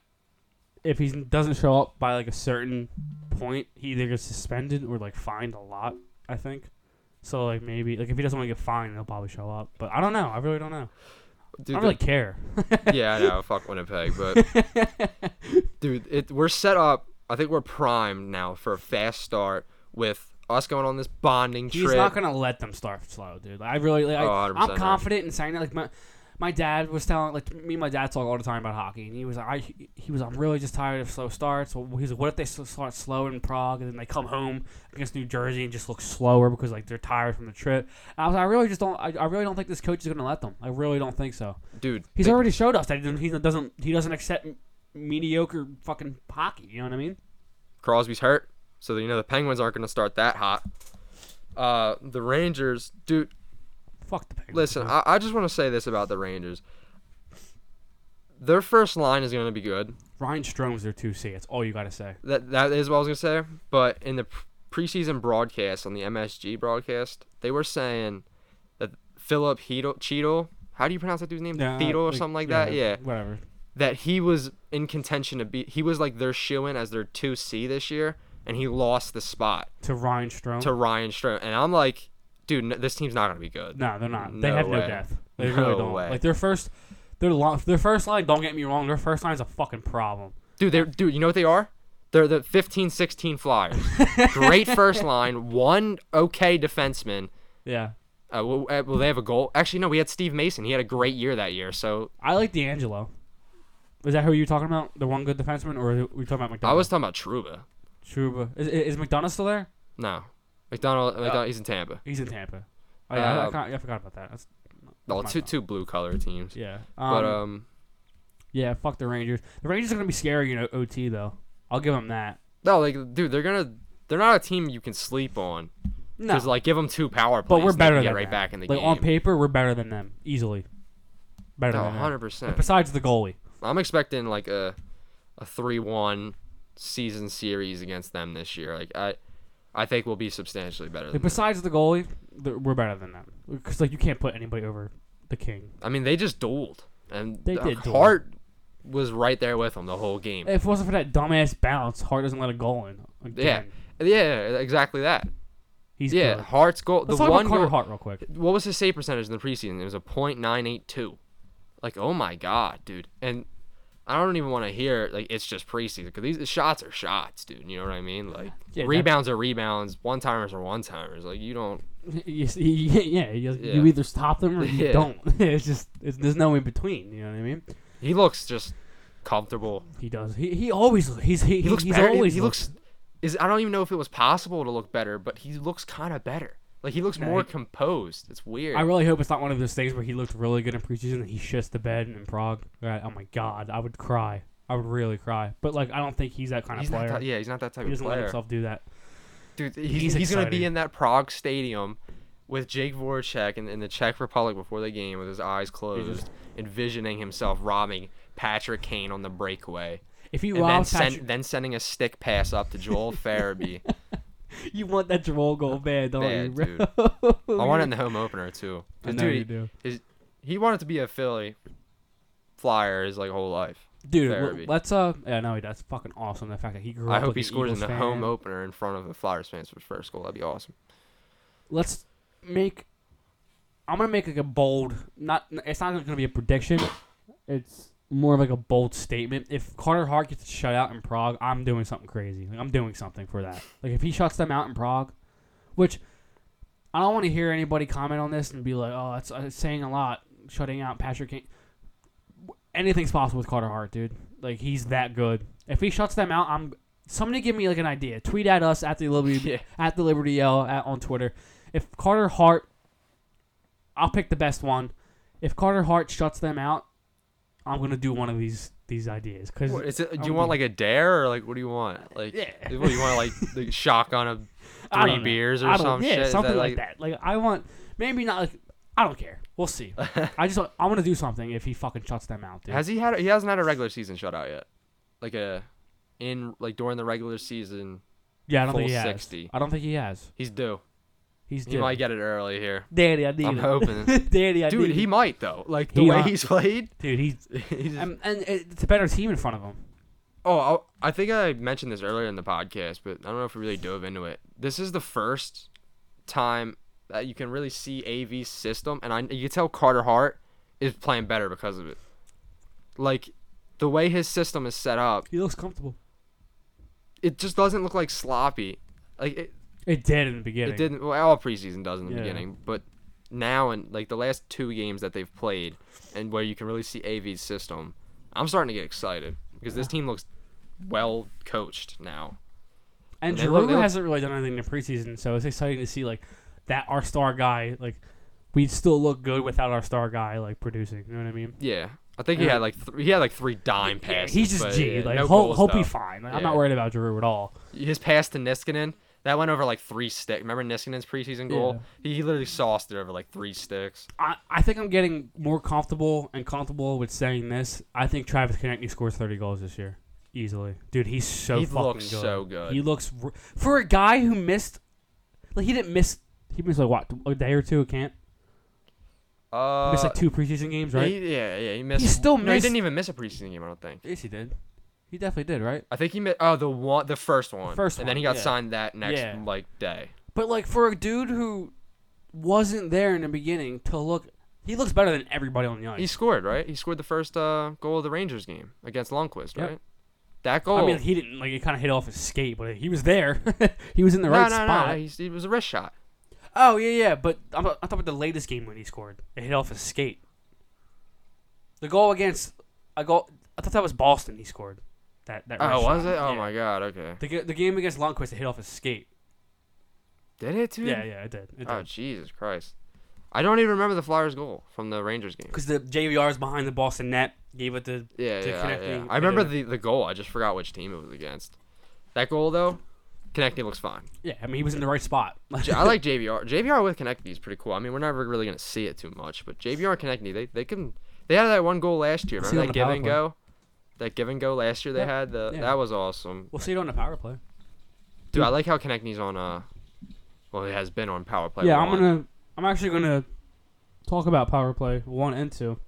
if he doesn't show up by like a certain point, he either gets suspended or like fined a lot. I think. So like maybe like if he doesn't want to get fined, he'll probably show up. But I don't know. I really don't know. dude, I don't the- really care. yeah, I know. Fuck Winnipeg, but dude, it we're set up. I think we're primed now for a fast start with us going on this bonding He's trip. not gonna let them start slow, dude. I really like. Oh, I, 100% I'm not. confident in saying that. Like my. My dad was telling, like me and my dad talk all the time about hockey, and he was like, I, he was, I'm really just tired of slow starts. Well, he was like, what if they s- start slow in Prague and then they come home against New Jersey and just look slower because like they're tired from the trip? And I was, like, I really just don't, I, I really don't think this coach is gonna let them. I really don't think so. dude, He's they- already showed us that he doesn't- he doesn't, he doesn't accept m- mediocre fucking hockey. You know what I mean? Crosby's hurt, so you know the Penguins aren't going to start that hot. Uh, the Rangers, dude. Fuck the Penguins. Listen, I, I just want to say this about the Rangers. Their first line is going to be good. Ryan Strom's their two C. That's all you gotta say. That that is what I was gonna say. But in the p- preseason broadcast on the MSG broadcast, they were saying that Philip Heedle- Cheadle, how do you pronounce that dude's name? Yeah, Cheadle or something like that. Yeah, Whatever. that he was in contention to be. He was like their shoe in as their two C this year, and he lost the spot To Ryan Strom. to Ryan Strom. And I'm like, dude, n this team's not gonna be good. no, they're not. They No have way. no depth. They No really don't. way. Like their first, their long, their first line. Don't get me wrong. Their first line's a fucking problem. Dude, they're dude. You know what they are? They're the 15, 16 Flyers. Great first line, one okay defenseman, Yeah, Uh, well, uh, well, they have a goal. Actually, no, we had Steve Mason. He had a great year that year. So I like D'Angelo. Is that who you're talking about? The one good defenseman, or are we talking about McDonough? I was talking about Truba. Truba. Is, is McDonough still there? No, McDonald. McDonald he's in Tampa. He's in Tampa. Oh yeah, I- I, Um, kinda- I forgot about that. That's, Well, my two fault. two blue collar teams. yeah. but um, yeah. Fuck the Rangers. The Rangers are gonna be scary in O- OT though. I'll give them that. no, like dude, they're gonna they're not a team you can sleep on. No, Because like give them two power plays. but and they we're can better get than right them. back in the like game. on paper, we're better than them easily. Better No, than them. hundred percent. Besides the goalie. I'm expecting like a a three one season series against them this year. Like I I think we'll be substantially better. Than Like, them. besides the goalie, th- we're better than them. Because like you can't put anybody over the king. I mean, they just dueled, and They uh, did duel. Hart was right there with them the whole game. If it wasn't for that dumbass bounce, Hart doesn't let a goal in. Yeah, Again. yeah, exactly that. he's yeah, good. Hart's goal. Let's the talk one about Carter goal. Hart real quick. What was his save percentage in the preseason? It was a .982. Like, oh my god, dude. And I don't even want to hear like it's just preseason because these the shots are shots, dude. You know what I mean? Like Yeah, that- rebounds are rebounds, one timers are one timers. Like you don't. You see- you- yeah, you, Yeah. you either stop them or you Yeah. don't. It's just it's, there's no in between. You know what I mean? He looks just comfortable. He does. He he always he's he, He looks he's better. always he looks. Is I don't even know if it was possible to look better, but he looks kind of better. Like he looks Yeah, more he- composed. It's weird. I really hope it's not one of those things where he looked really good in preseason and he shits the bed in Prague. Right, Oh my god, I would cry. I would really cry. But like, I don't think he's that kind he's of not player. that, yeah, he's not that type he of doesn't let player. himself do that. Dude, he's, he's, He's gonna be exciting. in that Prague stadium with Jake Voracek in, in the Czech Republic before the game with his eyes closed, envisioning himself robbing Patrick Kane on the breakaway, If he and then, robs send, Patrick, then sending a stick pass up to Joel Farabee. you want that Jerome goal bad, don't Yeah, you? dude. I want it in the home opener too. 'Cause I know dude, you do. his- he wanted to be a Philly Flyer his like whole life. Dude, Farabee. l- let's uh. Yeah, no, that's fucking awesome. The fact that he grew up. I hope like he an scores in Eagles the fan. home opener in front of the Flyers fans for his first goal. That'd be awesome. Let's make. I'm gonna make like a bold. Not. It's not gonna be a prediction. It's more of like a bold statement. If Carter Hart gets shut out in Prague, I'm doing something crazy. Like, I'm doing something for that. Like if he shuts them out in Prague, which I don't want to hear anybody comment on this and be like, "Oh, that's uh, saying a lot." Shutting out Patrick. Kane. Anything's possible with Carter Hart, dude. Like he's that good. If he shuts them out, I'm. Somebody give me like an idea. Tweet at us at the Liberty Yeah. at the Liberty Yell at, on Twitter. If Carter Hart, I'll pick the best one. If Carter Hart shuts them out, I'm gonna do one of these these ideas because What, is it, do I'm you want being- like a dare or like what do you want? Like, yeah. what do you want? Like the shotgun of I three don't know. beers or I don't- some yeah, shit? Is that, something like, that. Like I want maybe not like I don't care. We'll see. I just want- I want to do something if he fucking shuts them out, dude. Has he had? He hasn't had a regular season shutout yet. Like a in like during the regular season, yeah, I don't full think he has. 60? I don't think he has. he's due. He's He due. might get it early here. Daddy, I need I'm it. hoping. Daddy, I Dude, need he it. might though. Like the He way might. he's played. dude, he's he's- um, and it's a better team in front of him. oh, I'll- I think I mentioned this earlier in the podcast, but I don't know if we really dove into it. This is the first time that you can really see AV's system, and I you can tell Carter Hart is playing better because of it. Like the way his system is set up, He looks comfortable. it just doesn't look like sloppy. Like it, It did in the beginning. It didn't. Well, all preseason does in the Yeah. beginning, but now and like the last two games that they've played, and where you can really see AV's system, I'm starting to get excited because this team looks well coached now. And They look- Giroud they look- hasn't really done anything in the preseason, so it's exciting to see like that our star guy like we still look good without our star guy like producing. You know what I mean? Yeah, I think he Yeah. had like th- he had like three dime Uh, Yeah, passes. he's just but, G. yeah, like no hope, goals, hope though. he fine. Like, I'm not Yeah. worried about Giroud at all. His pass to Niskanen that went over like three sticks. Remember Niskanen's preseason goal? He, he literally sauced it over like three sticks. I, I think I'm getting more comfortable and comfortable with saying this. I think Travis Konechny scores 30 goals this year easily. Dude, he's so he fucking looks good. so good. He looks r- for a guy who missed like he didn't miss he missed like what a day or two of camp. He uh, missed like two preseason games, right? he- yeah, yeah, he missed. still no, he missed- didn't even miss a preseason game. I don't think. yes, he did. He definitely did, right? I think he missed. Oh, the one, the first one. first and then one, he got yeah. signed that next Yeah. like day. But like for a dude who wasn't there in the beginning to look, he looks better than everybody on the ice. He scored, right? He scored the first uh, goal of the Rangers game against Longquist, Yep. right? That goal. I mean, he didn't like it. Kind of hit off his skate, but he was there. he was in the no, right no, spot. no, he's- It was a wrist shot. Oh yeah, yeah. But I'm, I'm talking about the latest game when he scored. It hit off his skate. The goal against I goal. I thought that was Boston. He scored that. that Oh, right was shot. it? Oh Yeah. my God. Okay. The, ga- the game against Longquist, it hit off his skate. Did it too? Yeah, yeah, it did. It Oh did. Jesus Christ! I don't even remember the Flyers' goal from the Rangers game. Because the JVR is behind the Boston net, gave it to Yeah, to yeah, connect yeah. me- I remember the, the goal. I just forgot which team it was against. That goal though, Konechny looks fine. yeah. I mean, he was in the right spot. J- I like JVR. JVR with Konechny is pretty cool. I mean, we're never really gonna see it too much, but JVR and Konechny, they they can. They had that one goal last year. See Remember it that give on the and power go? That give and go last year they Yep. had. The Yeah. that was awesome. We'll see it on the power play. Dude, I like how Konechny's on. Uh, well, he has been on power play. yeah, I'm one. gonna. I'm actually gonna talk about power play one and two.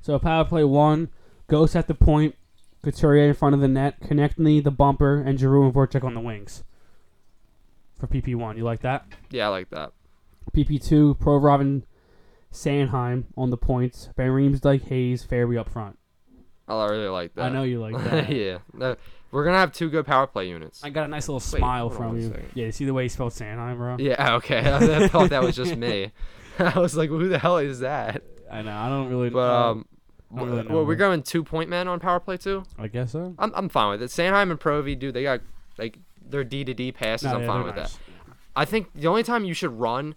So power play one, Ghost at the point, Couturier in front of the net, Konechny the bumper, and Giroux and Voracek on the wings. For PP one, you like that? Yeah, I like that. PP two, Pro Robin, Sandheim on the points, Van Riemsdyk, Hayes, Fairby up front. I really like that. I know you like that. yeah, No, we're gonna have two good power play units. I got a nice little Wait, smile hold on from one you. second. Yeah, you see the way he spelled Sandheim, bro. Yeah. Okay. I thought that was just me. I was like, who the hell is that? I know. I don't really. But um, I don't really know well, we're him. going two point men on power play too. I guess so. I'm, I'm fine with it. Sanheim and Provi, dude, they got like their D to D passes. No, I'm yeah, fine they're with nice. that. I think the only time you should run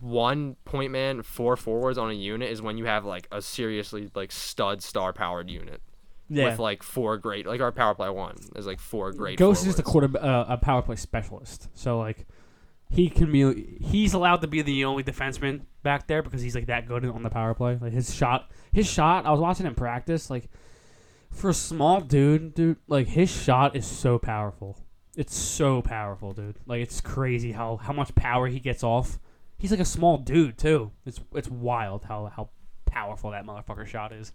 one point man, four forwards on a unit is when you have like a seriously like stud star powered unit Yeah. with like four great like our power play one is like four great. Ghost is just a forwards. quarter uh, a power play specialist. So like he can be he's allowed to be the only defenseman back there because he's like that good on the power play. Like his shot, his shot. I was watching him practice. Like for a small dude, dude, like his shot is so powerful. It's so powerful, dude. Like it's crazy how how much power he gets off. He's like a small dude too. It's it's wild how how powerful that motherfucker shot is.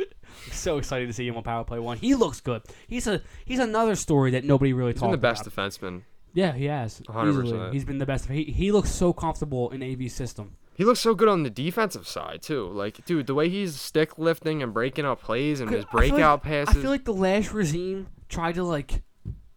so excited to see him on power play one. He looks good. He's a he's another story that nobody really He's talks been the about. best defenseman. Yeah, he has. 100%. Easily. He's been the best. He, he looks so comfortable in AV's system. He looks so good on the defensive side too. Like, dude, the way he's stick lifting and breaking up plays and his I feel like- breakout passes, I feel like the last regime tried to like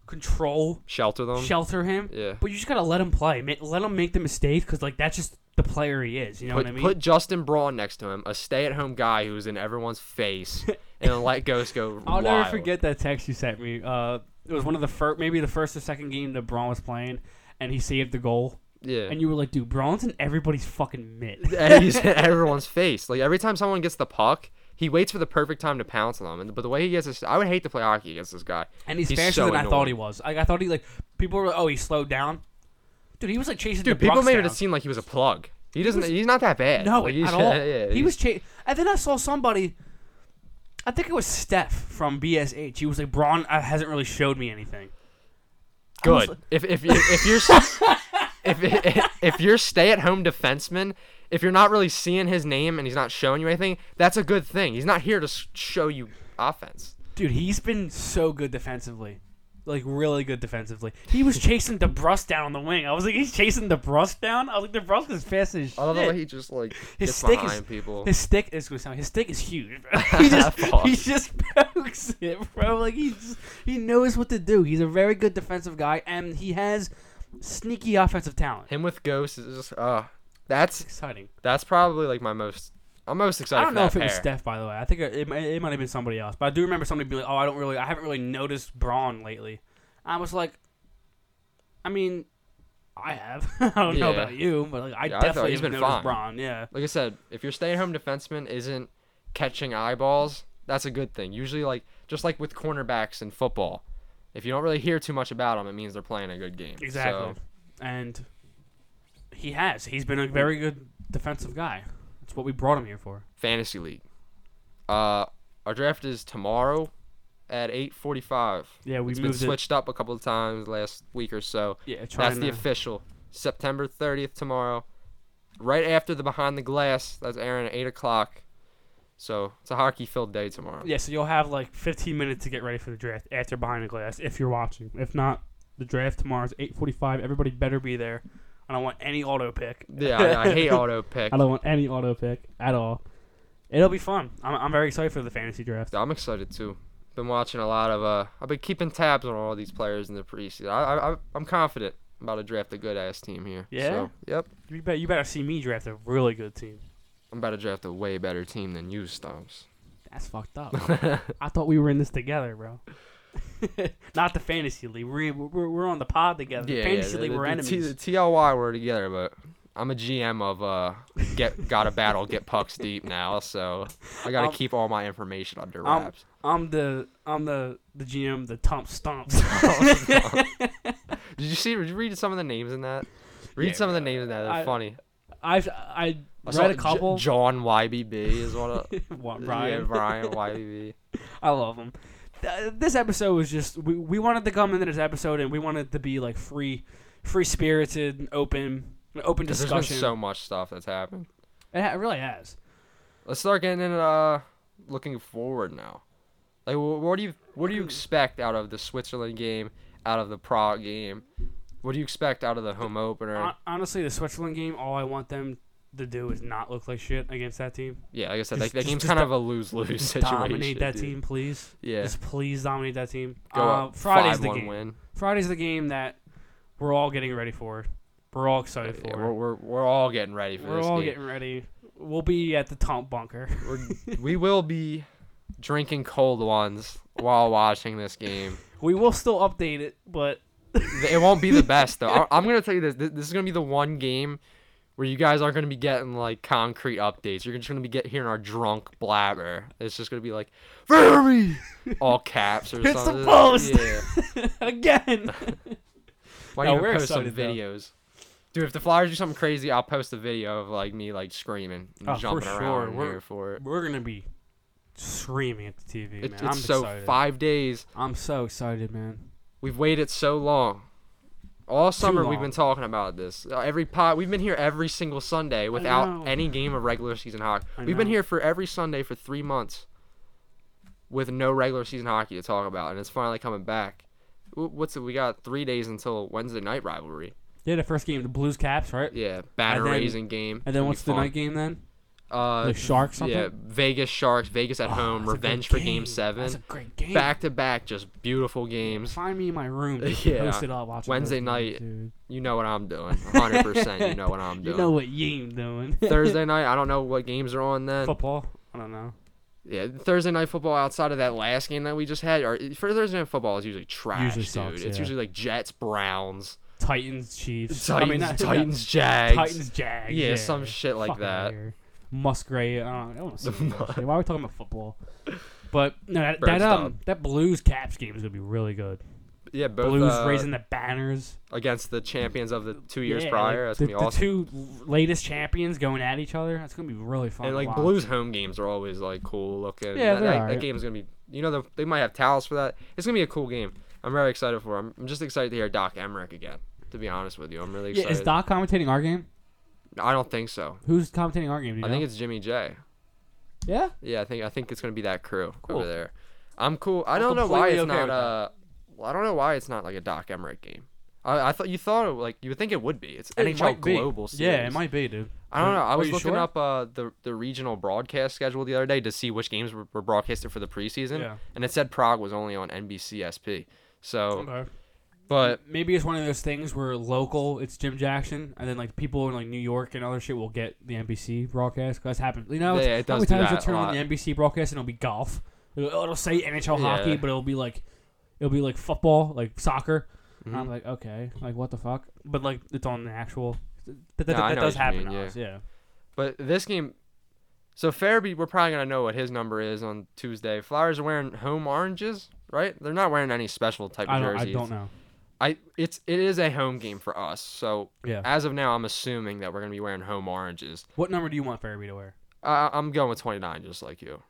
control, shelter them. shelter him. yeah. But you just gotta let him play. Ma- Let him make the mistakes because like that's just the player he is. You know put, what I mean? put Justin Braun next to him, a stay-at-home guy who's in everyone's face, and let Ghost go I'll wild. never forget that text you sent me. Uh, it was one of the first, maybe the first or second game that Braun was playing, and he saved the goal. Yeah. And you were like, "Dude, Braun's in everybody's fucking mitt." and he's in everyone's face. Like every time someone gets the puck, he waits for the perfect time to pounce on them. And but the way he gets his, I would hate to play hockey against this guy. And he's, He's faster so than I thought annoying. he was. Like I thought he like people were like, "Oh, he slowed down." Dude, he was like chasing Dude, the people Bronx made down. it seem like he was a plug. He doesn't. he's not that bad. No, like, he's- at all. yeah, he he's- was chasing. And then I saw somebody. I think it was Steph from BSH. He was like, "Braun uh, hasn't really showed me anything." I was good. If if you- if you're s- if if, if you're stay-at-home defenseman, if you're not really seeing his name and he's not showing you anything, that's a good thing. He's not here to s- show you offense. Dude, he's been so good defensively. Like really good defensively. He was chasing DeBrus down on the wing. I was like, he's chasing DeBrus down. I was like, DeBrus is fast as shit. I love the way he just like his gets stick is behind people. his stick is gonna sound his stick is huge. bro. he just he Pause. just pokes it, bro. Like he just, he knows what to do. He's a very good defensive guy, and he has sneaky offensive talent. Him with Ghost is just uh that's Exciting. that's probably like my most I'm most excited. I don't for know that if it was pair. Steph, by the way. I think it, it, might- it might have been somebody else, but I do remember somebody being like, "Oh, I don't really, I haven't really noticed Braun lately." I was like, I mean, I have. I don't know Yeah. about you, but like, I Yeah, I thought definitely he's have been noticed fine. Braun. Yeah, Like I said, if your stay-at-home defenseman isn't catching eyeballs, that's a good thing. Usually, like just like with cornerbacks in football, if you don't really hear too much about them, it means they're playing a good game. exactly. So, And he has. He's been a very good defensive guy. That's what we brought him here for. fantasy league. Uh, our draft is tomorrow at 8:45. Yeah, we It's been moved it. switched up a couple of times last week or so. Yeah, trying That's the to- official. September 30th tomorrow, right after the behind the glass. That's airing at eight o'clock. So it's a hockey-filled day tomorrow. Yeah, so you'll have like 15 minutes to get ready for the draft after behind the glass if you're watching. If not, the draft tomorrow's 8:45. Everybody better be there. I don't want any auto pick. Yeah, I, I hate auto pick. I don't want any auto pick at all. It'll be fun. I'm, I'm very excited for the fantasy draft. I'm excited too. Been watching a lot of. Uh, I've been keeping tabs on all these players in the preseason. I, I, I- I'm confident I'm about to draft a good ass team here. Yeah? So, yep. You better, you better see me draft a really good team. I'm about to draft a way better team than you, Stumps. That's fucked up. I thought we were in this together, bro. not the fantasy league. We're, we're, we're on the pod together. the fantasy league, we're the, enemies. T- the TLY we're together, but I'm a GM of uh, get got to battle, get pucks deep now. So I got to Um, keep all my information under um, wraps. I'm the I'm the the GM, the Tom Stomps. did you see? Did you read some of the names in that? Read Yeah, some of the uh, names in that. They're I- funny. I've I I read saw a J- couple. John YBB is one of What, Yeah, Brian, Brian YBB. I love him. Th- This episode was just we, we wanted to come into this episode and we wanted to be like free, free spirited, and open, an open Because There's been discussion. so much stuff that's happened. it, ha- it really has. Let's start getting in, uh, looking forward now. Like, wh- what do you what do you expect out of the Switzerland game, out of the Prague game? What do you expect out of the home opener? Hon- honestly, the Switzerland game, all I want them to do is not look like shit against that team. Yeah, like I said, just- that, that just- game's just kind do- of a lose lose Just situation. dominate that dude. team, please. Yeah. Just please dominate that team. Go uh, up Friday's the 5-1 game. win. Friday's the game that we're all getting ready for. We're all Yeah, excited for. we're, we're, we're all getting ready for We're this all game. getting ready. We'll be at the Tomp bunker. We're, we will be drinking cold ones while watching this game. We will still update it, but it won't be the best though. I- I'm gonna tell you this. Th- This is gonna be the one game where you guys aren't gonna be getting like concrete updates. You're just gonna be get hearing our drunk blabber. It's just gonna be like Ferry, all caps or It's the something. post. Yeah. again, Why No, don't you we're post some excited, though. videos? Dude, if the Flyers do something crazy, I'll post a video of like me like screaming and Oh, for jumping sure. around We're- here for it. we're gonna be screaming at the TV, It- man. it's I'm so excited. five days. I'm so excited, man. We've waited so long. All summer we've long. been talking about this. Uh, Every pot we've been here every single Sunday know. without any game of regular season hockey. I We've been know. here for every Sunday for three months with no regular season hockey to talk about, and it's finally coming back. Wh- What's it? We got three days until Wednesday night rivalry. Yeah, the first game, the Blues Caps, right? Yeah, banner then- raising game. And then It'll be what's the fun. night game then? Uh, The Sharks something? Oh, yeah, Vegas Sharks, Vegas at That's a home, good revenge for Game That's a Seven, great game. back to back, just beautiful games. Find me in my room. Just Yeah. Post it up. Watch Wednesday night, You know what I'm doing, hundred percent. You know what I'm You doing. know what you ain't doing. Thursday night, I don't know what games are on then. Football. I don't know. Yeah, Thursday night football outside of that last game that we just had, or for Thursday night football is usually trash, Usually dude. sucks, It's yeah. usually like Jets, Browns, Titans, Chiefs. Titans, I mean, not- Titans, not- Jags. Titans, Jags. yeah, some shit like Fuck outta that. here. Musgrave. uh, I don't, I don't wanna see The that shit. Why are we talking about football? But no, that Birds that, um, dub. that Blues Caps game is gonna be really good. Yeah, both Blues uh, raising the banners. against the champions of the two years Yeah, prior. like, That's the, gonna be awesome. The two l- latest champions going at each other. That's gonna be really fun. and to like watch. Blues home games are always like cool looking. Yeah, that, they're that, alright. that game's gonna be. You know, the, they might have towels for that. It's gonna be a cool game. I'm very excited for. It. I'm, I'm just excited to hear Doc Emmerich again. To be honest with you, I'm really Yeah, excited. is Doc commentating our game? I don't think so. Who's commentating our game? do you I think know? it's Jimmy J. yeah. Yeah, I think I think it's gonna be that crew Cool. over there. I'm cool. I I'm don't know why it's completely okay not. Uh, well, I don't know why it's not like a Doc Emmerich game. I, I thought you thought it, like you would think it would be. It's It NHL might be. Global Series. Yeah, it might be, dude. I don't know. I Are was you looking sure? up uh, the the regional broadcast schedule the other day to see which games were, were broadcasted for the preseason, Yeah. and it said Prague was only on NBC SP. So, Okay. but Maybe it's one of those things where local, it's Jim Jackson, and then like people in like New York and other shit will get the NBC broadcast. 'Cause That's happened. You know, it's- Yeah, it how many does do times you'll that a turn on lot. the NBC broadcast and it'll be golf. It'll, it'll say NHL hockey, Yeah. but it'll be like, it'll be like football, like soccer. Mm-hmm. And I'm like, okay, like what the fuck? But like it's on the actual. That, that, No, I that know does what you happen. mean, to yeah. us, yeah. but this game, so Farabee, we're probably gonna know what his number is on Tuesday. Flyers are wearing home oranges, right? They're not wearing any special type I of don't. jerseys. I don't know. I it's it is a home game for us. So Yeah. as of now, I'm assuming that we're gonna be wearing home oranges. What number do you want Farabee to wear? I, I'm going with 29, just like you.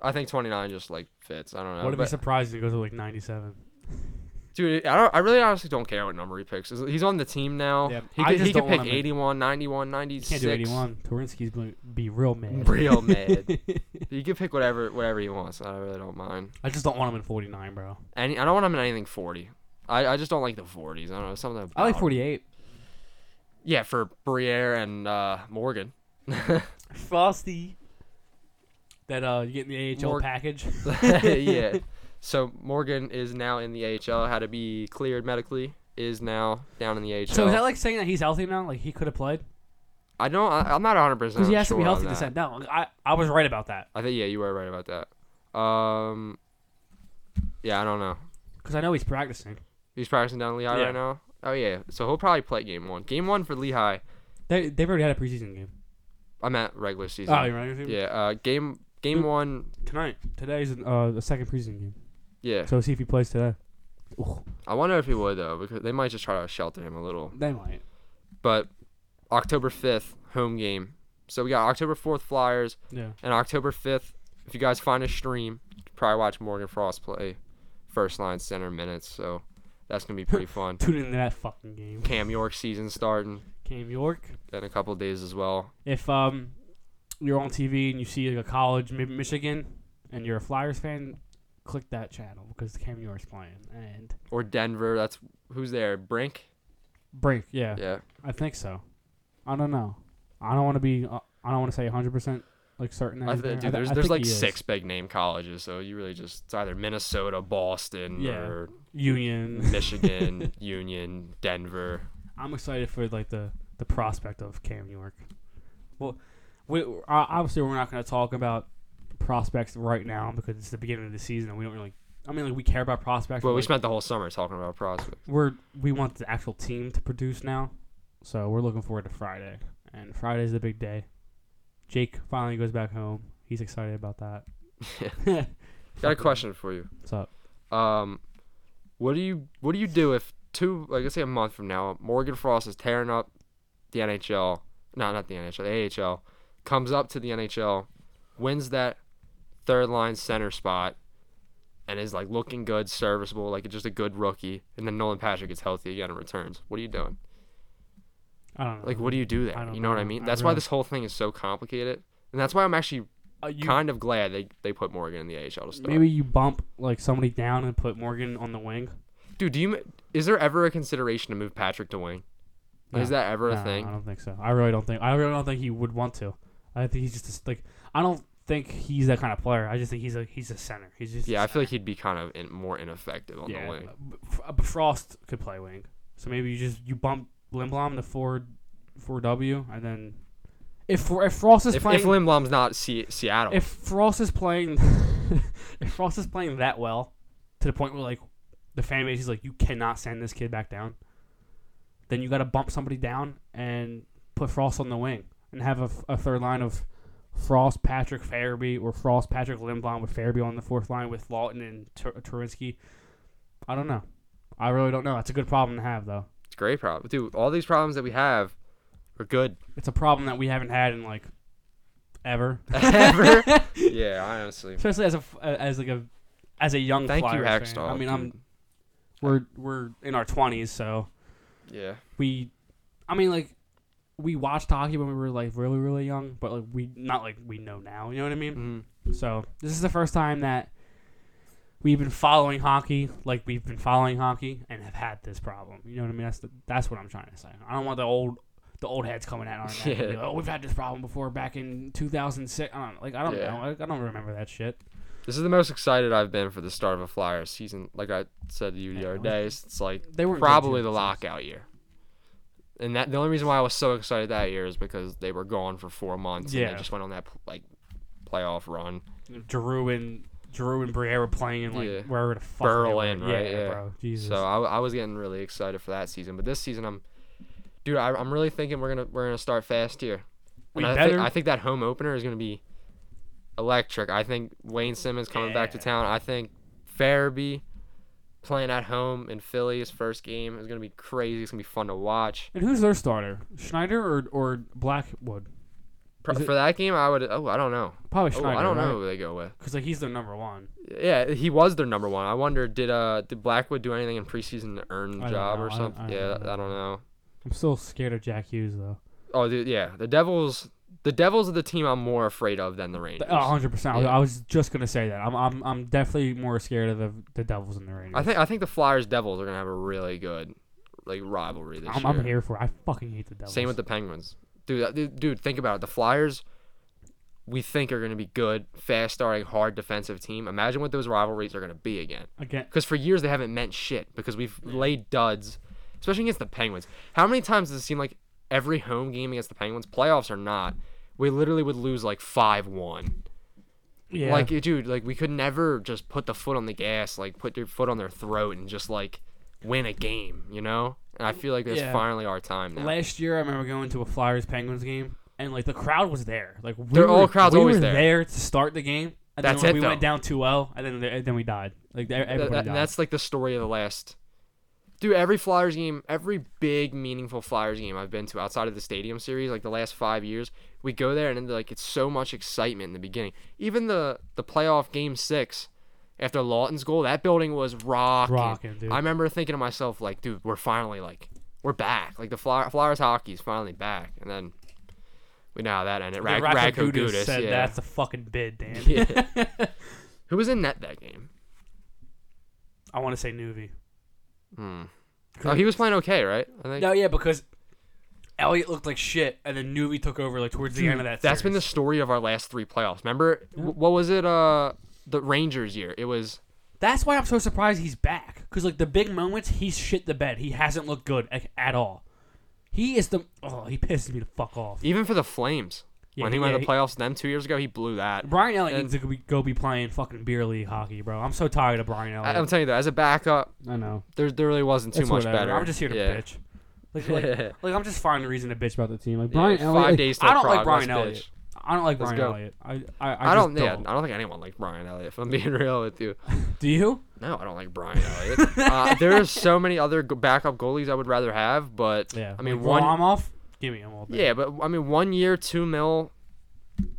I think 29 just like fits. I don't know. What uh, if but- he's surprised if he goes to like 97? Dude, I don't. I really honestly don't care what number he picks. He's on the team now. Yep. He I could, just he could don't want pick him in- 81, 91, 96. Can't do 81. Torinski's gonna be real mad. Real mad. he could pick whatever whatever he wants. I really don't mind. I just don't want him in 49, bro. Any, I don't want him in anything 40. I, I just don't like the 40s. I don't know something. About I like him. 48. Yeah, for Briere and uh, Morgan. Frosty. That uh, you get in the AHL More- package. yeah. So Morgan is now in the AHL. Had to be cleared medically. Is now down in the AHL. So is that like saying that he's healthy now? Like he could have played I don't. I, I'm not 100 percent. because he has sure to be on healthy to that. send down. I I was right about that I think yeah, you were right about that. Um, yeah, I don't know. because I know he's practicing. He's practicing down in Lehigh Yeah. right now. Oh yeah, so he'll probably play game one. Game one for Lehigh. They they've already had a preseason game. I'm at regular season. Oh, you're right. yeah. Uh, game game Who- one. Tonight, today's uh the second preseason game. Yeah, So see if he plays today. Ooh, I wonder if he would though, because they might just try to shelter him a little. they might. But October 5th, home game. So we got October 4th Flyers Yeah. and October 5th. If you guys find a stream, you could probably watch Morgan Frost play first line center minutes. So that's gonna be pretty fun. Tune into that fucking game. Cam York season starting. Cam York. in a couple days as well. if um you're on TV and you see like a college, maybe Michigan, and you're a Flyers fan, click that channel because the Cam York's playing and Or Denver, that's who's there? Brink? break. Yeah, Yeah. I think so. I don't know. I don't want to be. Uh, I don't want to say 100 percent like certain. that I he's there. th- dude, I th- there's I there's think like he is. six big name colleges, so you really just it's either Minnesota, Boston, Yeah. or Union. Michigan, Union, Denver. I'm excited for like the the prospect of Cam York. Well, we, uh, obviously we're not going to talk about prospects right now because it's the beginning of the season and we don't really. I mean, like we care about prospects. Well, but, we like, spent the whole summer talking about prospects. we're we want the actual team to produce now, so we're looking forward to Friday, and Friday's the big day. Jake finally goes back home. He's excited about that. Got a Fucking- question for you. What's up? Um, what do you what do you do if two like let's say a month from now Morgan Frost is tearing up the NHL? No, not the NHL, the AHL. Comes up to the NHL, wins that third line center spot, and is like looking good, serviceable, like just a good rookie, and then Nolan Patrick gets healthy again and returns. What are you doing? I don't know. Like, what do you do there? I don't You know what I know. mean? I That's why really- this whole thing is so complicated, and that's why I'm actually Uh, you, kind of glad they, they put Morgan in the AHL to start. maybe you bump like somebody down and put Morgan on the wing. Dude, do you is there ever a consideration to move Patrick to wing? Like, Is No. that ever a No, thing? I don't think so. I really don't think. I really don't think he would want to. I think he's just a, like. I don't think he's that kind of player. I just think he's a he's a center. He's just a yeah, I feel like center. he'd be kind of in, more ineffective on the wing. b- f- uh, But Frost could play wing, so maybe you just you bump Lindblom to four four W, and then if Fro- if Frost is If, playing if Limblom's not Se- Seattle, if Frost is playing, if Frost is playing that well, to the point where like the fan base is like, you cannot send this kid back down. Then you got to bump somebody down and put Frost on the wing and have a, f- a third line of Frost, Patrick, Farabee, or Frost, Patrick, Lindblom with Farabee on the fourth line with Lawton and Tur- Turinsky. I don't know. I really don't know. That's a good problem to have though. it's a great problem. Dude, all these problems that we have are good. It's a problem that we haven't had in like ever, Ever? yeah, honestly. especially as a f- uh, as like a as a young Thank you, Flyers fan. Hextall. I mean, I'm dude. we're we're in our twenties, so yeah. we, I mean, like we watched hockey when we were like really really young, but like we not like we know now. You know what I mean? Mhm. So this is the first time that we've been following hockey, like we've been following hockey, and have had this problem. You know what I mean? That's the, that's what I'm trying to say. I don't want the old. The old heads coming at our neck. and be Yeah. like, Oh, we've had this problem before back in 2006. I don't like. I don't Yeah. know. Like, I don't remember that shit. This is the most excited I've been for the start of a Flyers season. Like I said to you the Yeah, other it was- day, it's it's like They were probably the lockout year. And that the only reason why I was so excited that year is because they were gone for four months and Yeah. they just went on that pl- like playoff run. Drew and Drew and Briere were playing in like Yeah. wherever the fuck they were. Berlin, right? Yeah. bro. Jesus. So I, I was getting really excited for that season, but this season I'm, dude, I, I'm really thinking we're gonna we're gonna start fast here. We And I better. think I think that home opener is gonna be electric. I think Wayne Simmons coming back to Yeah. town. I think Farabee playing at home in Philly his first game is gonna be crazy. It's gonna be fun to watch. and who's their starter? Schneider or or Blackwood? Pro- Is it- for that game, I would. Oh, I don't know. Probably Oh, Schneider. I don't know who they go with. Because like he's their number one. Yeah, he was their number one. I wonder did uh did Blackwood do anything in preseason to earn the I don't job know. or I- something? I yeah, don't know. I don't know. I'm still scared of Jack Hughes though. Oh, dude, yeah. The Devils. The Devils are the team I'm more afraid of than the Rangers. A hundred percent. I was- Yeah. I was just gonna say that. I'm I'm I'm definitely more scared of the the Devils and the Rangers. I think I think the Flyers Devils are gonna have a really good like rivalry this I'm, year. I'm here for. It. I fucking hate the Devils. Same with the Penguins. Dude, uh, dude, dude, think about it. The Flyers, we think are gonna be good, fast starting, hard defensive team. Imagine what those rivalries are gonna be again. again. Because for years they haven't meant shit because we've laid duds, especially against the Penguins. How many times does it seem like every home game against the Penguins, playoffs or not, we literally would lose like five one. Yeah. Like, dude, like we could never just put the foot on the gas, like put your foot on their throat and just like win a game, you know? And I feel like that's Yeah. finally our time now. Last year, I remember going to a Flyers Penguins game, and like the crowd was there. Like we Their were, all crowd's we always were there. to start the game. And That's then it, We went though. down 2-0, and then and then we died. Like e- Th- everybody th- died. that's like the story of the last. Dude, every Flyers game, every big meaningful Flyers game I've been to outside of the Stadium Series, like the last five years, we go there and like it's so much excitement in the beginning. Even the the playoff game six, after Lawton's goal, that building was rocking. Rocking, dude. I remember thinking to myself, like, dude, we're finally like, we're back. Like the Fly- Flyers hockey is finally back. And then we know how that ended. Rag- Yeah, Radko Rakakudis Gudas, said yeah. that's a fucking bid, Dan. Yeah. Who was in net that game? I want to say Nuvi. Hmm. Oh, he was playing okay, right? I think. No, yeah, because Elliot looked like shit, and then Nuvi took over like towards the end of that. Mm. That's been the series. story of our last three playoffs. Remember, wh- what was it? Uh, the Rangers year. It was That's why I'm so surprised he's back. Because like the big moments, he's shit the bed. He hasn't looked good like, at all. He is the oh, he pisses me the fuck off. even for the Flames Yeah, when he he- went yeah, to he- playoffs them two years ago. He blew that. Brian Elliott And- needs to go be, go be playing fucking beer league hockey, bro. I'm so tired of Brian I, Elliott. am telling you though, as a backup, I know. there there really wasn't too It's much whatever. better. I'm just here to yeah. bitch. Like, like, like, I'm just finding a reason to bitch about the team. Like Yeah, Brian five Elliott. like, days till I don't Prague, like Brian let's Elliott. bitch. I don't like Let's Brian go. Elliott. I I, I, I just don't. Yeah, I don't think anyone liked Brian Elliott. If I'm being real with you, Do you? no, I don't like Brian Elliott. uh, there's so many other go- backup goalies I would rather have, but Yeah. I mean one. like, Varlamov. Give me him all day. Yeah, but I mean one year, two mil.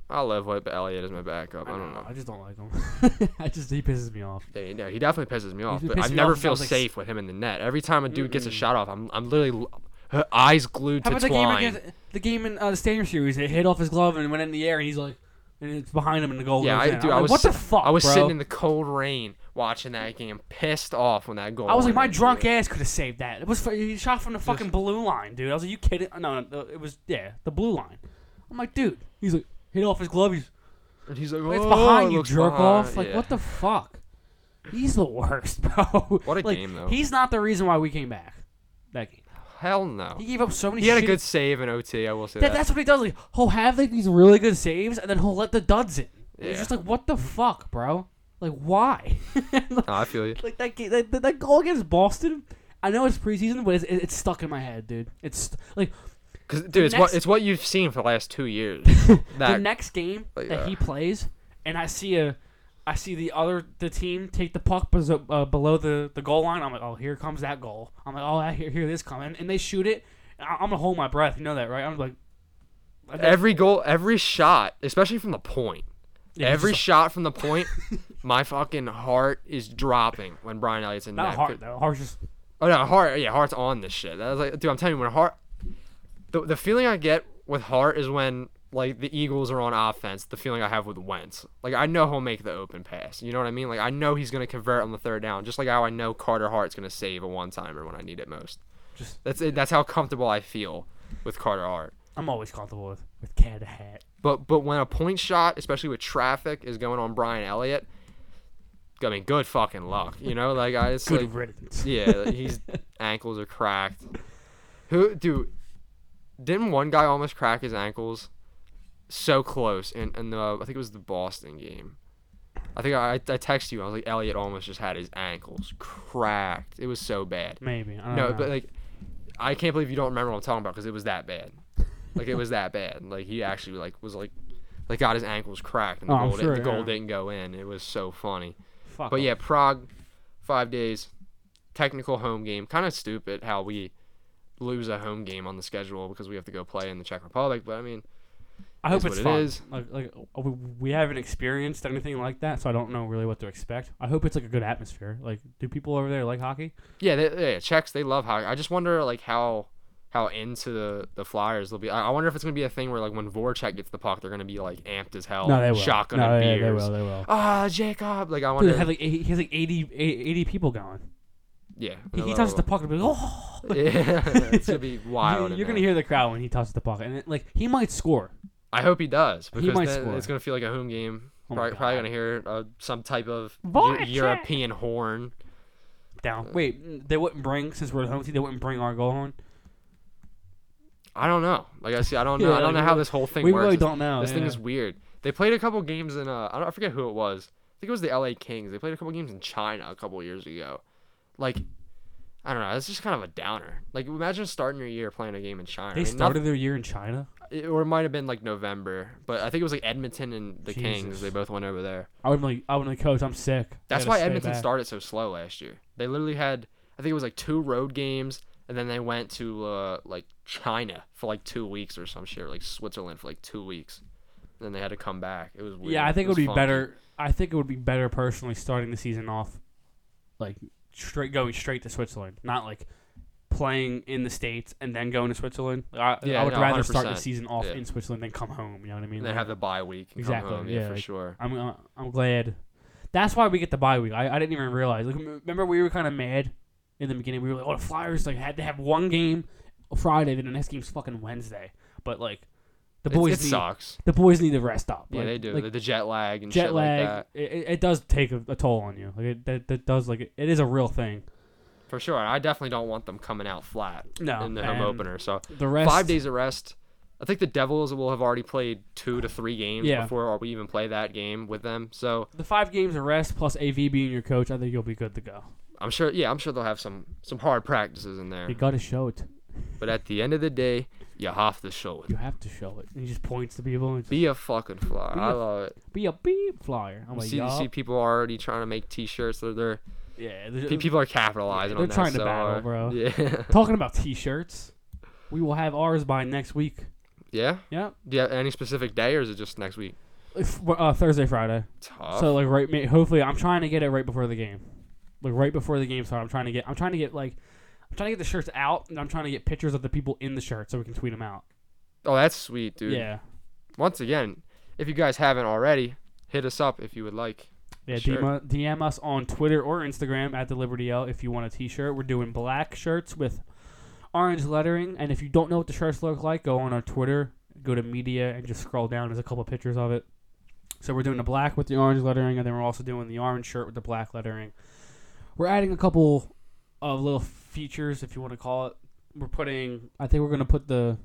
I love White, but Elliott is my backup. I don't know. I just don't like him. I just he pisses me off. Yeah, yeah, he definitely pisses me off. been But I pissing me never off since I feel was, like, safe with him in the net. Every time a dude gets a shot off, I'm I'm literally l- her eyes glued How to about the game twine. against the game in uh, the Stadium Series? It hit off his glove and went in the air, and he's like, and it's behind him, and the goal Yeah, goes I- in. dude, I'm I like, was what the sit- fuck, I was bro? sitting in the cold rain watching that game, pissed off when that goal. I was like, went my in, drunk dude. ass could have saved that. It was fu- he shot from the fucking blue line, dude. I was like, you kidding? No, no, no, it was yeah, the blue line. I'm like, dude, he's like hit off his glove. He's And he's like, oh, it's behind it you, looks jerk behind." off. Like Yeah. what the fuck? He's the worst, bro. What a Like, game, though. He's not the reason why we came back. That game. Hell no. He gave up so many. He had a shitty- good save in OT. I will say That, that. that's what he does. Like he'll have like these really good saves, and then he'll let the duds in. Yeah. It's just like what the fuck, bro? Like why? No, I feel you. like that, ga- that that- that goal against Boston. I know it's preseason, but it's, it, it's stuck in my head, dude. It's st- like 'Cause, dude, it's what next- it's what you've seen for the last two years. the That next game like, that uh, he plays, and I see a, I see the other the team take the puck bezo- uh, below the the goal line. I'm like, oh, here comes that goal. I'm like, oh, I hear, hear this coming, and they shoot it. and I, I'm gonna hold my breath. You know that, right? I'm like, every goal, every shot, especially from the point. yeah, it's every just shot from the point, my fucking heart is dropping when Brian Elliott's in a- not net. hard though. Hard's just Oh no, heart. Yeah, heart's on this shit. That was like, dude, I'm telling you, when heart, the the feeling I get with heart is when like the Eagles are on offense. The feeling I have with Wentz, like I know he'll make the open pass. You know what I mean? Like I know he's gonna convert on the third down, just like how I know Carter Hart's gonna save a one timer when I need it most. Just- that's it. That's how comfortable I feel with Carter Hart. I'm always comfortable with with Canada hat. But but when a point shot, especially with traffic, is going on Brian Elliott, I mean, good fucking luck. You know, like I it's Good like, riddance. yeah, like, he's ankles are cracked. Who dude? Didn't one guy almost crack his ankles? So close, and and the I think it was the Boston game. I think I I texted you. I was like, Elliot almost just had his ankles cracked. It was so bad. Maybe I don't No, know. but like, I can't believe you don't remember what I'm talking about because it was that bad. Like it was that bad. Like he actually like was like, like got his ankles cracked and the Oh, I'm goal, di- sure, the goal yeah. didn't go in. It was so funny. Fuck But off. yeah, Prague, five days, technical home game. Kind of stupid how we lose a home game on the schedule because we have to go play in the Czech Republic. But I mean, I is hope it's what it fun. is. Like, like uh, we, we haven't experienced anything like that, so I don't know really what to expect. I hope it's like a good atmosphere. Like, do people over there like hockey? yeah, they, yeah, Czechs they love hockey. I just wonder like how how into the, the Flyers they'll be. I, I wonder if it's gonna be a thing where like when Voracek gets the puck, they're gonna be like amped as hell, No, they will. shotgun no, and they, beers. they will. They will. Ah, Jacob. Like I Dude, wonder. he had like eight- he has like 80, 80 people going. yeah, He, he they'll- tosses the puck and be like, oh. Yeah, it's gonna be wild. You, in you're gonna there. hear the crowd when he tosses the puck, and it, like he might score. I hope he does because might then score. it's gonna feel like a home game. Oh my probably, probably God. gonna hear uh, some type of Eu- Voracek! European horn. Uh, Down. Wait, they wouldn't bring since we're the home team. They wouldn't bring our goal horn. I don't know. Like I see, I don't know. Yeah, I don't know like, how this whole thing we works. really This- don't know, This thing yeah. is weird. They played a couple games in uh, I don't I forget who it was. I think it was the L.A. Kings. They played a couple games in China a couple years ago. Like, I don't know. It's just kind of a downer. Like, imagine starting your year playing a game in China. They I mean, noth- started their year in China. it, or it might have been like November, but I think it was like Edmonton and the Kings. Jesus. They both went over there. I would like I would like coach. I'm sick. That's Gotta why stay Edmonton back." started so slow last year. They literally had, I think it was like two road games, and then they went to uh, like China for like two weeks or some shit, or like Switzerland for like two weeks. And then they had to come back. It was weird. Yeah, I think it was would be funky. better. I think it would be better personally starting the season off, like straight going straight to Switzerland, not like playing in the states and then going to Switzerland. I, Yeah, I would no, rather start the 100%. season off Yeah. in Switzerland than come home. You know what I mean? And then Like, have the bye week. And Exactly, Come home. Yeah, yeah, for like- sure. I'm uh, I'm glad. That's why we get the bye week. I, I didn't even realize. Like, m- remember we were kind of mad in the beginning. We were like, oh, the Flyers like had to have one game Friday, then the next game's fucking Wednesday. But like, the It, boys it need sucks. the boys need to rest up. Yeah, Like- they do. like, the, the jet lag and jet shit lag like that. it, it- it does take a, a toll on you like it that, that does like it, it is a real thing For sure. I definitely don't want them coming out flat No, in the home and opener. So the rest five days of rest. I think the Devils will have already played two to three games Yeah. before we even play that game with them. So the five games of rest plus av being your coach i think you'll be good to go I'm sure. Yeah, I'm sure they'll have some some hard practices in there. you gotta show it But at the end of the day, you have to show it. you have to show it and he just points to people and just, Be a fucking flyer. I love it. be a beep flyer i'm You like see, you yup. see people already trying to make T-shirts. They're, they're yeah pe- there's- people are capitalizing. They're on that trying to so battle, hard. bro. Yeah. talking about t-shirts we will have ours by next week Yeah. Yeah, Do you have any specific day, or is it just next week? If- uh, Thursday, Friday. Tough. So like right, ma- hopefully I'm trying to get it right before the game, like right before the game. So I'm trying to get, I'm trying to get like, I'm trying to get the shirts out, and I'm trying to get pictures of the people in the shirt so we can tweet them out. oh, that's sweet, dude. Yeah, Once again, if you guys haven't already, hit us up if you would like. yeah. Sure. DM, DM us on Twitter or Instagram at the Liberty L if you want a T-shirt. We're doing black shirts with orange lettering, and if you don't know what the shirts look like, go on our Twitter, go to media, and just scroll down. There's a couple pictures of it. So we're doing the black with the orange lettering, and then we're also doing the orange shirt with the black lettering. We're adding a couple of little features, if you want to call it. We're putting. I think we're gonna put the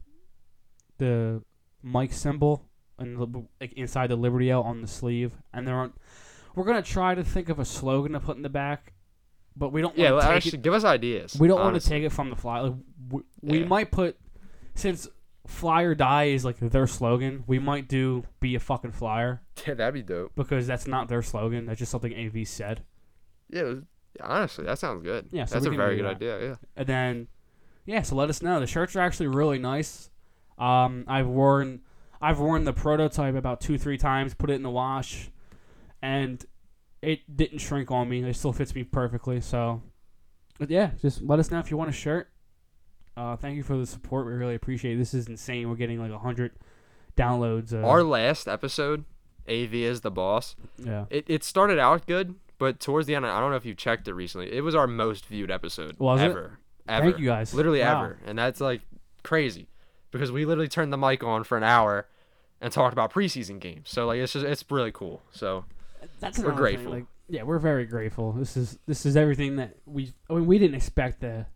the mic symbol and the- like inside the Liberty L on the sleeve, and then we're gonna try to think of a slogan to put in the back, but we don't. Yeah, wanna well, take it- actually, give us ideas. we don't want to honestly. take it from the flyer. Like, we, we Yeah. might put since fly or die is like their slogan. We might do be a fucking flyer Yeah, that'd be dope. because that's not their slogan. That's just something AV said. Yeah, it was- honestly, that sounds good. Yeah, so that's we a can very do good that. idea. Yeah. And then, yeah, so let us know. The shirts are actually really nice. Um, I've worn, I've worn the prototype about two, three times. Put it in the wash, and it didn't shrink on me. It still fits me perfectly. So, but yeah, just let us know if you want a shirt. Uh, thank you for the support. We really appreciate it. This is insane. We're getting like hundred downloads. Uh, Our last episode, AV is the boss. yeah. It it started out good, but towards the end, I don't know if you checked it recently. It was our most viewed episode Was it? ever. Ever. Thank you guys. Literally Wow. ever, and that's like crazy because we literally turned the mic on for an hour and talked about preseason games. So like it's just it's really cool. So that's We're another thing, grateful. Like, yeah, we're very grateful. This is this is everything that we. I mean, we didn't expect the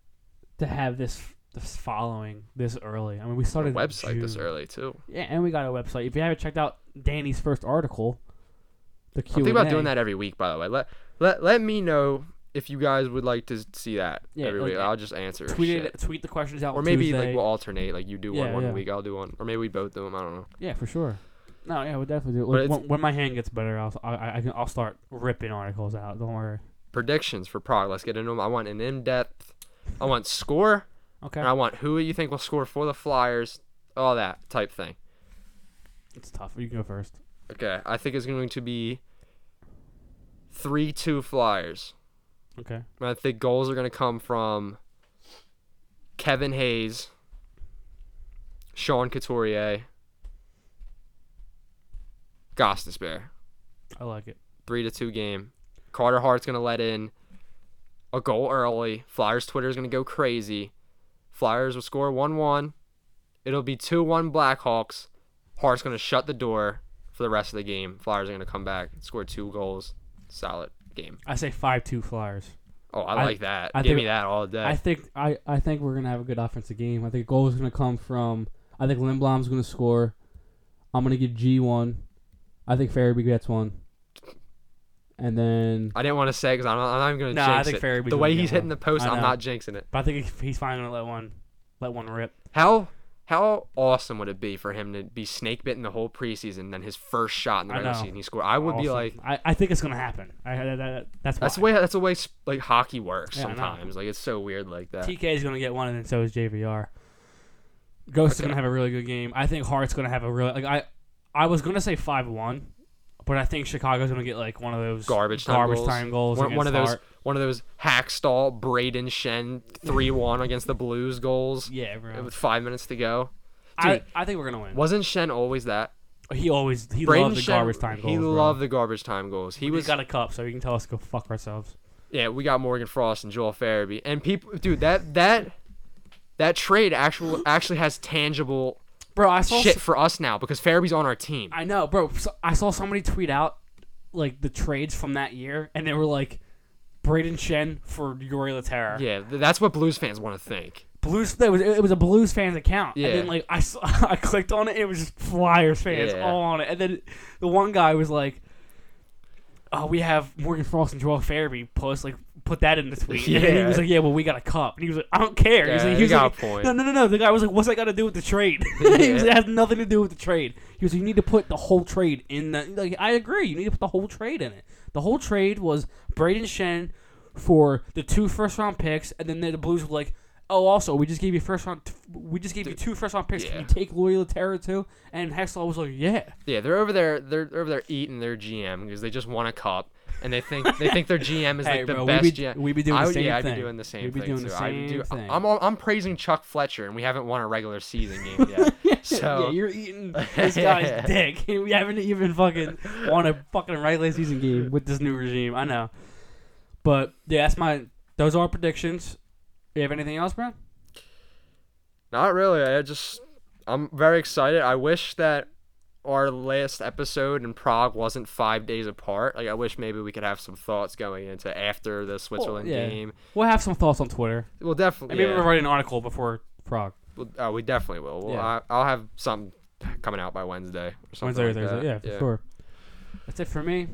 to have this this following this early. I mean, we started in website this June. early too. Yeah, and we got a website. If you haven't checked out Danny's first article, the Q I'm thinking about doing that every week. By the way, let let let me know if you guys would like to see that Yeah, every like, week. I'll just answer. Tweet shit. it, tweet the questions out. or maybe Tuesday. like we'll alternate. Like you do one Yeah, one yeah. week, I'll do one, or maybe we both do them. I don't know. yeah, for sure. No, yeah, we'll definitely do it. But Like, it's- when, when my hand gets better, I'll I, I can I'll start ripping articles out. Don't worry. Predictions for Prague. Let's get into them. I want an in depth. I want score, Okay, and I want who you think will score for the Flyers. All that type thing. it's tough. You can go first. Okay, I think it's going to be three two Flyers. Okay. And I think goals are going to come from Kevin Hayes, Sean Couturier, Gostas Bear. I like it. three to two game. Carter Hart's gonna let in a goal early. Flyers Twitter's gonna go crazy. Flyers will score one one. It'll be two one Blackhawks. Hart's gonna shut the door for the rest of the game. Flyers are gonna come back, score two goals. Solid game. I say five two Flyers. Oh, I, I- like that. I Give think- me that all day. I think I, I think we're gonna have a good offensive game. I think goal is gonna come from. I think Lindblom's gonna score. I'm gonna give G one. I think Farabee gets one. And then, I didn't want to say because I'm not, I'm not even Nah, gonna I jinx think it. Farabee the way will get he's hitting one. the post, I I'm know. not jinxing it. but I think he's finally gonna let one, let one rip. How how awesome would it be for him to be snake bitten the whole preseason, then his first shot in the I regular know. season he scored? I would be Awesome. like, I, I think it's gonna happen. I that, that, that's That's the why. way that's the way s- like hockey works Yeah, I know. sometimes. Like it's so weird like that. TK is gonna get one, and then so is JVR. Ghost is Okay. gonna have a really good game. I think Hart's gonna have a really like I, I was gonna say five one, but I think Chicago's gonna get like one of those Garbage time garbage goals. time goals. one, one against of those Hart. one of those Hackstall Braden Shen three one against the Blues goals Yeah, bro. with five minutes to go. I, Dude. I think we're gonna win. Wasn't Shen always that? He always he Braden loved the Shen- garbage time goals. He bro. loved the garbage time goals. He He was got a cup, so he can tell us to go fuck ourselves. yeah. We got Morgan Frost and Joel Farabee and people. Dude, that that that trade actual actually has tangible Bro, I saw. shit for us now because Farabee's on our team. I know, bro. So I saw somebody tweet out like the trades from that year, and they were like, Braden Shen for Yuri Laterra. Yeah, th- that's what Blues fans want to think. Blues. That was it was a Blues fans account. Yeah. And then like I saw, I clicked on it. It was just Flyers fans Yeah. all on it. And then the one guy was like, "Oh, we have Morgan Frost and Joel Farabee post like put that in the tweet." And then he Yeah. was like, "Yeah, well we got a cup." And he was like, "I don't care." He was Yeah, like, he you was got like, a point. No, no, no, no. The guy was like, "What's that got to do with the trade?" he was, Yeah. it has nothing to do with the trade. He was like, "You need to put the whole trade in the." Like, I agree. You need to put the whole trade in it. The whole trade was Braden Shen for the two first round picks, and then the Blues were like, Oh, also, we just gave you first round. we just gave you Dude, two first round picks. Can yeah. you take Louis Laterra too? And Hextall was like, "Yeah, Yeah, they're over there. They're over there eating their GM because they just won a cup, and they think they think their GM is Hey, like the bro, we best be- GM. we be doing I the would- same yeah, I'd thing. be doing the same We be thing doing the too. I would do, same thing. I'm all, I'm praising Chuck Fletcher, and we haven't won a regular season game yet. yeah, so you're eating this guy's dick, and we haven't even fucking won a fucking regular season game with this new regime." I know, but yeah, that's my. Those are our predictions. You have anything else, Brad? not really. I just I'm very excited. I wish that our last episode in Prague wasn't five days apart. Like I wish maybe we could have some thoughts going into after the Switzerland yeah. game. We'll have some thoughts on Twitter. We'll definitely. Maybe yeah. we'll write an article before Prague. Well, Oh, we definitely will. Well, Yeah. I, I'll have something coming out by Wednesday or something. Wednesday or like Thursday. that. Yeah, for sure. That's it for me.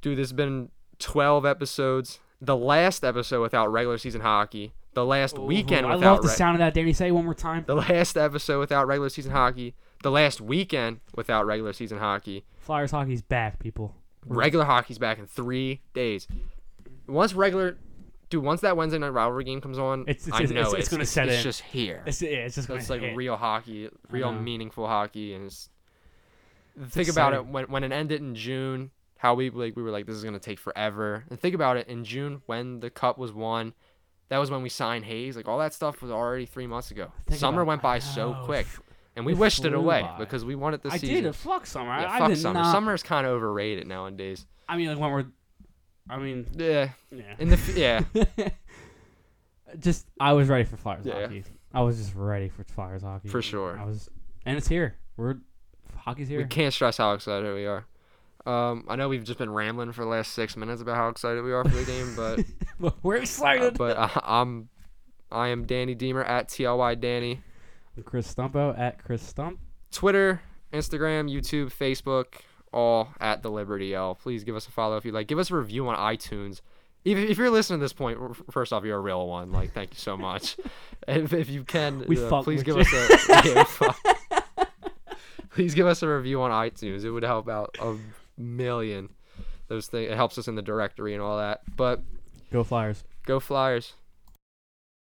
Dude, this has been 12 episodes. The last episode without regular season hockey. The last weekend I without love the re- sound of that, Danny. Say it one more time. the last episode without regular season hockey. The last weekend without regular season hockey. Flyers hockey's back, people. Regular hockey's back in three days. Once regular, dude, once that Wednesday night rivalry game comes on, It's- it's- I it's- know it's- it's gonna set it's in. just here. It's, yeah, it's just So gonna it's like hit. real hockey, real know. meaningful hockey, and it's, think about it exciting. when when it ended in June, how we like we were like this is gonna take forever, and think about it in June when the cup was won, that was when we signed Hayes, like all that stuff was already three months ago. Think Summer about- went by so I know, quick, f- and we it wished it flew away by. because we wanted this I season. did a fuck summer. yeah, I fuck did summer. not. Summer is kind of overrated nowadays. I mean, like when we're. I mean, Yeah, yeah. in the f- yeah, just I was ready for Flyers Yeah. hockey. I was just ready for Flyers hockey. For sure. I was, and it's here. We're hockey's we here. can't stress how excited we are. Um, I know we've just been rambling for the last six minutes about how excited we are for the game, but. we're Uh, excited. but I, I'm I am Danny Deemer at TLY Danny. Chris Stumpo at Chris Stump. Twitter, Instagram, YouTube, Facebook, all at the Liberty L. Please give us a follow if you like. Give us a review on iTunes. If, if you're listening to this point, r- first off, you're a real one. Like, thank you so much. if, if you can, We uh, fuck please with give you. us a yeah, we fuck. please give us a review on iTunes. It would help out a million. Those things it helps us in the directory and all that. But Go Flyers. go Flyers.